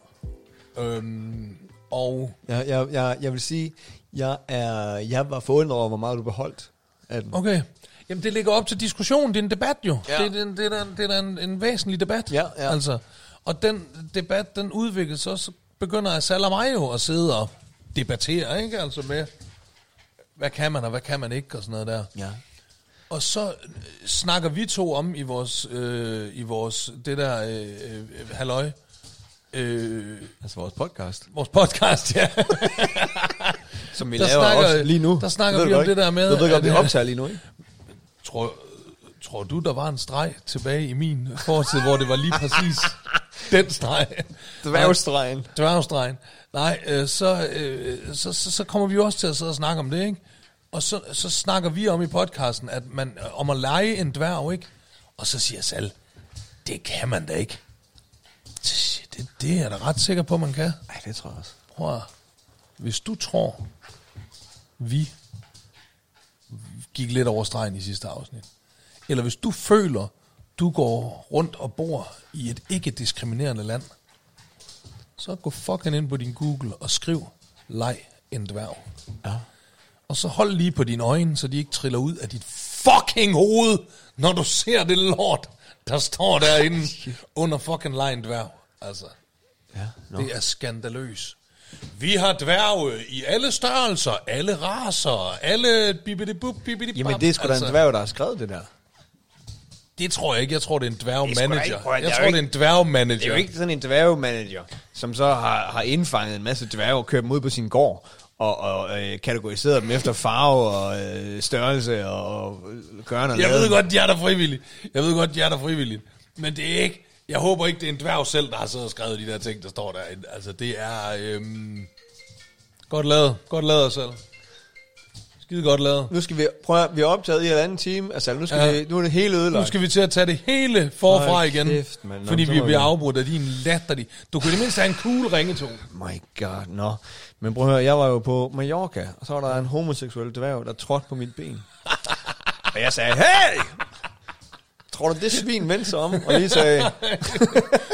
Speaker 1: Øhm, og...
Speaker 3: Jeg, jeg, jeg, jeg vil sige, jeg, er, jeg var forundret over, hvor meget du beholdt af den.
Speaker 1: Okay. Jamen, det ligger op til diskussion. Det er en debat jo. Ja. Det, er, det, er, det, er, det er da en, en væsentlig debat.
Speaker 3: Ja, ja.
Speaker 1: Altså. Og den debat, den udvikler sig, så begynder Asal og mig jo at sidde og debattere, ikke? Altså med, hvad kan man, og hvad kan man ikke, og sådan noget der.
Speaker 3: Ja.
Speaker 1: Og så øh, snakker vi to om i vores, øh, i vores det der øh, øh, halløj, øh,
Speaker 3: Altså vores podcast.
Speaker 1: vores podcast, ja.
Speaker 3: Som vi
Speaker 1: Der
Speaker 3: laver
Speaker 1: snakker-
Speaker 3: også lige nu.
Speaker 1: der snakker
Speaker 3: Ved
Speaker 1: vi
Speaker 3: du
Speaker 1: om
Speaker 3: godt?
Speaker 1: det der med,
Speaker 3: Du ved
Speaker 1: at-
Speaker 3: godt, vi optager lige nu, ikke?
Speaker 1: Tror, tror du, der var en streg tilbage i min fortid, hvor det var lige præcis den streg?
Speaker 3: Dværgstregen.
Speaker 1: Nej, Dværgstregen. Nej, øh, så, øh, så, så, så kommer vi jo også til at sidde og snakke om det, ikke? Og så, så snakker vi om i podcasten, at man, øh, om at lege en dværg, ikke? Og så siger Sal, det kan man da ikke. Shit, Det, det er jeg da ret sikker på, man kan.
Speaker 3: Nej, det tror jeg også.
Speaker 1: Prøv at, hvis du tror, vi gik lidt over stregen i sidste afsnit. Eller hvis du føler, du går rundt og bor i et ikke-diskriminerende land, så gå fucking ind på din Google og skriv, leg en dværg. Ja. Og så hold lige på dine øjne, så de ikke triller ud af dit fucking hoved, når du ser det lort, der står derinde under fucking leg en dværg. Altså,
Speaker 3: Ja.
Speaker 1: no. det er skandaløs. Vi har dværge i alle størrelser, alle raser, alle Altså, bibidi-bub, bibidi
Speaker 3: Jamen, det er sgu da en dværg, der har skrevet det der.
Speaker 1: Det tror jeg ikke. Jeg tror, det er en
Speaker 3: sgu da ikke,
Speaker 1: dværgmanager.
Speaker 3: prøv at-
Speaker 1: Jeg
Speaker 3: det er
Speaker 1: tror,
Speaker 3: jo
Speaker 1: det er en dværgmanager.
Speaker 3: Det er jo ikke sådan en dværgemanager, som så har, har indfanget en masse dværge og kørt dem ud på sin gård og, og øh, kategoriseret dem efter farve og øh, størrelse og øh, gøren og
Speaker 1: Jeg
Speaker 3: laden.
Speaker 1: ved godt, jeg er der frivillig. Jeg ved godt, jeg er der frivillig. Men det er ikke... Jeg håber ikke, det er en dværg selv, der har siddet og skrevet de der ting, der står der. Altså, det er... Øhm, godt lavet. Godt lavet af selv. Skide godt lavet.
Speaker 3: Nu skal vi prøve, at- vi er optaget i en anden time. Altså, nu, skal
Speaker 1: Ja.
Speaker 3: ja. vi, nu er det hele ødelagt.
Speaker 1: Nu skal vi til at tage det hele forfra
Speaker 3: Hold
Speaker 1: igen.
Speaker 3: kæft, mand. Nå,
Speaker 1: Fordi
Speaker 3: men så
Speaker 1: vi
Speaker 3: må
Speaker 1: bliver
Speaker 3: vi-
Speaker 1: afbrudt af din latterlig. Du kunne i det mindste have en cool ringetone.
Speaker 3: My god, nå. No. Men prøv at høre, jeg var jo på Mallorca, og så var der en homoseksuel dværg, der trådte på mit ben. og jeg sagde, hey! Tror du, det svin vendte sig om? Og lige sagde,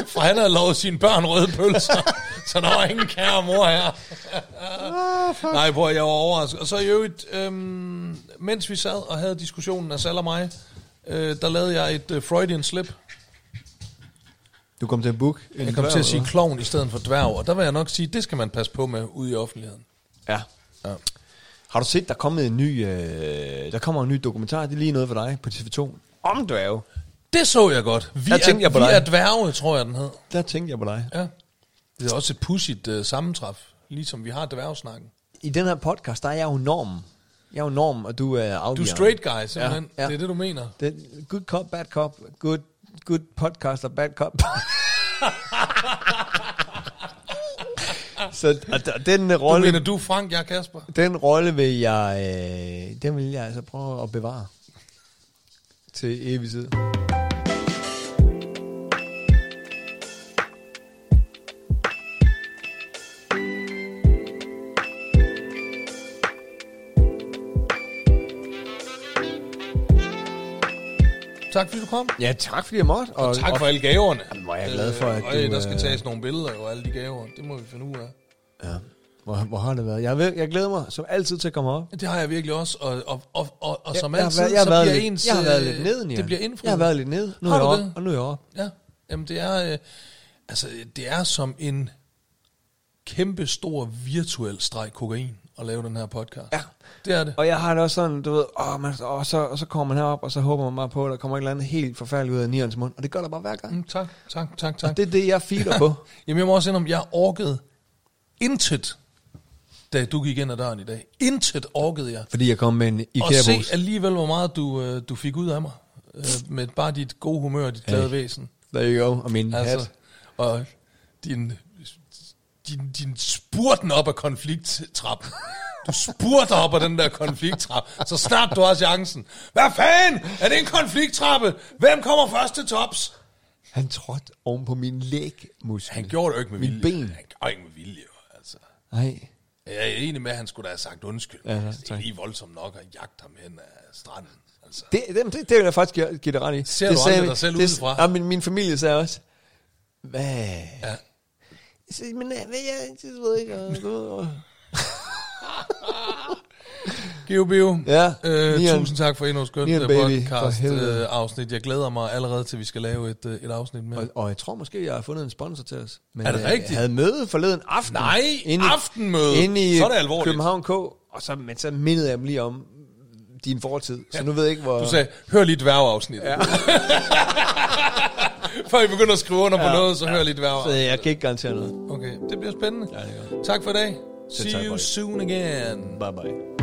Speaker 1: For han havde lovet sine børn røde pølser, så der var ingen kære mor her.
Speaker 3: Ah,
Speaker 1: Nej, prøv at- jeg var overrasket. Og så i øvrigt, øhm, mens vi sad og havde diskussionen af Sal og mig, øh, der lavede jeg et øh, Freudian slip.
Speaker 3: du kom til at book en
Speaker 1: Jeg kom til
Speaker 3: dværg,
Speaker 1: at sige
Speaker 3: eller
Speaker 1: klovn i stedet for dværg, og der vil jeg nok sige, det skal man passe på med ude i offentligheden.
Speaker 3: hvad? Ja.
Speaker 1: Ja.
Speaker 3: Har du set, der er kommet en ny, øh, der kommer en ny dokumentar, det er lige noget for dig, på TV2, om dværge.
Speaker 1: Det så jeg godt. Vi,
Speaker 3: Der
Speaker 1: er,
Speaker 3: tænkte jeg på
Speaker 1: vi
Speaker 3: dig.
Speaker 1: er dværge, tror jeg, den hed.
Speaker 3: Der tænkte jeg på dig.
Speaker 1: Ja. Det er også et pudsigt øh, sammentræf, ligesom vi har dværgesnakken.
Speaker 3: I den her podcast, der er jeg jo normen. Jeg er jo normen, og du er
Speaker 1: Du
Speaker 3: afvigeren.
Speaker 1: er straight guy, simpelthen.
Speaker 3: Ja, ja.
Speaker 1: Det er det, du mener.
Speaker 3: Den, good cop, bad cop, good, good podcaster, bad cop. så og d- og den øh,
Speaker 1: Du
Speaker 3: rolle,
Speaker 1: mener, du er Frank, jeg er Kasper.
Speaker 3: den rolle vil jeg, øh, den vil jeg altså prøve at bevare til evig tid.
Speaker 1: Tak fordi du kom.
Speaker 3: Ja, tak fordi jeg måtte. Og,
Speaker 1: Tak for alle gaverne.
Speaker 3: Jamen, hvor er jeg glad for, at
Speaker 1: øh, øh,
Speaker 3: du,
Speaker 1: der skal
Speaker 3: øh,
Speaker 1: tages nogle billeder jo, af alle de gaver. Det må vi finde ud af.
Speaker 3: ja. hvor, hvor har det været? Jeg, ved, jeg glæder mig som altid til at komme op.
Speaker 1: Det har jeg virkelig også, og, og, og, og, og som
Speaker 3: jeg,
Speaker 1: altid,
Speaker 3: jeg, jeg,
Speaker 1: så
Speaker 3: har været
Speaker 1: bliver
Speaker 3: lidt,
Speaker 1: ens...
Speaker 3: jeg har været
Speaker 1: øh,
Speaker 3: lidt nede,
Speaker 1: Det bliver indfriet.
Speaker 3: Jeg har været lidt nede, nu er
Speaker 1: Har
Speaker 3: jeg
Speaker 1: du
Speaker 3: oppe,
Speaker 1: det?
Speaker 3: og nu er jeg oppe.
Speaker 1: Ja, jamen det er... Øh, altså, det er som en kæmpe stor virtuel streg kokain at lave den her podcast.
Speaker 3: Ja.
Speaker 1: Det er det.
Speaker 3: Og jeg har det også sådan, du ved, åh, man, og, så, og så kommer man herop, og så håber man bare på, at der kommer et eller andet helt forfærdeligt ud af nierens mund. Og det gør der bare hver gang.
Speaker 1: Mm, tak, tak, tak, tak.
Speaker 3: Og det er det, jeg feeder på.
Speaker 1: Jamen, jeg må også indrømme, jeg orkede intet, da du gik ind ad døren i dag. Intet orkede jeg.
Speaker 3: Fordi jeg kom med en
Speaker 1: Og se
Speaker 3: IKEA-bus.
Speaker 1: alligevel, hvor meget du, øh, du fik ud af mig. Øh, med bare dit gode humør og dit glade
Speaker 3: Hey.
Speaker 1: væsen.
Speaker 3: There you go, og min altså.
Speaker 1: Altså,
Speaker 3: hat.
Speaker 1: og din, din, din spurten op af konflikttrap. Du spurter op af den der konflikttrap. Så snart du har chancen. Hvad fanden? Er det en konflikttrappe? Hvem kommer først til tops?
Speaker 3: Han trådte oven på min lægmuskel.
Speaker 1: Han gjorde det jo ikke med
Speaker 3: Mit
Speaker 1: vilje.
Speaker 3: ben.
Speaker 1: Han gjorde ikke med vilje, altså.
Speaker 3: Nej.
Speaker 1: Jeg er enig med, at han skulle da have sagt undskyld.
Speaker 3: Ja,
Speaker 1: Ja,
Speaker 3: ja,
Speaker 1: det er
Speaker 3: tak.
Speaker 1: lige voldsomt nok at jagte ham hen ad stranden. Altså.
Speaker 3: Det, det, det, det vil jeg faktisk give, give dig ret i.
Speaker 1: Ser
Speaker 3: det
Speaker 1: du
Speaker 3: sagde
Speaker 1: aldrig
Speaker 3: vi-
Speaker 1: dig selv
Speaker 3: det,
Speaker 1: udefra?
Speaker 3: Ja, min, min familie sagde også, hvad?
Speaker 1: Ja.
Speaker 3: Så, men øh, hvad, jeg, jeg ved ikke. og- og- og-
Speaker 1: Geo Bio,
Speaker 3: Ja,
Speaker 1: øh,
Speaker 3: Nian.
Speaker 1: tusind tak for endnu et skønt
Speaker 3: Nian,
Speaker 1: øh,
Speaker 3: baby,
Speaker 1: podcast
Speaker 3: for helvede.
Speaker 1: øh, afsnit. Jeg glæder mig allerede til, vi skal lave et, øh, et afsnit mere.
Speaker 3: Og, og jeg tror måske, jeg har fundet en sponsor til os. Men
Speaker 1: Er det
Speaker 3: øh,
Speaker 1: rigtigt?
Speaker 3: Jeg havde møde forleden aften.
Speaker 1: Nej, aftenmøde.
Speaker 3: Inde i
Speaker 1: Så er det alvorligt.
Speaker 3: København K. Og så, men så mindede jeg dem lige om din fortid. Så nu ved jeg ikke, hvor...
Speaker 1: Du sagde, hør lige dværgeafsnit. Ja. Før I begynder at skrive under på noget, så hør lige
Speaker 3: så
Speaker 1: dværgeafsnit.
Speaker 3: jeg kan ikke garantere noget.
Speaker 1: Okay, det bliver spændende.
Speaker 3: Ja, det gør
Speaker 1: Tak for i dag.
Speaker 3: tak,
Speaker 1: See you
Speaker 3: Bolle.
Speaker 1: soon again.
Speaker 3: Bye bye.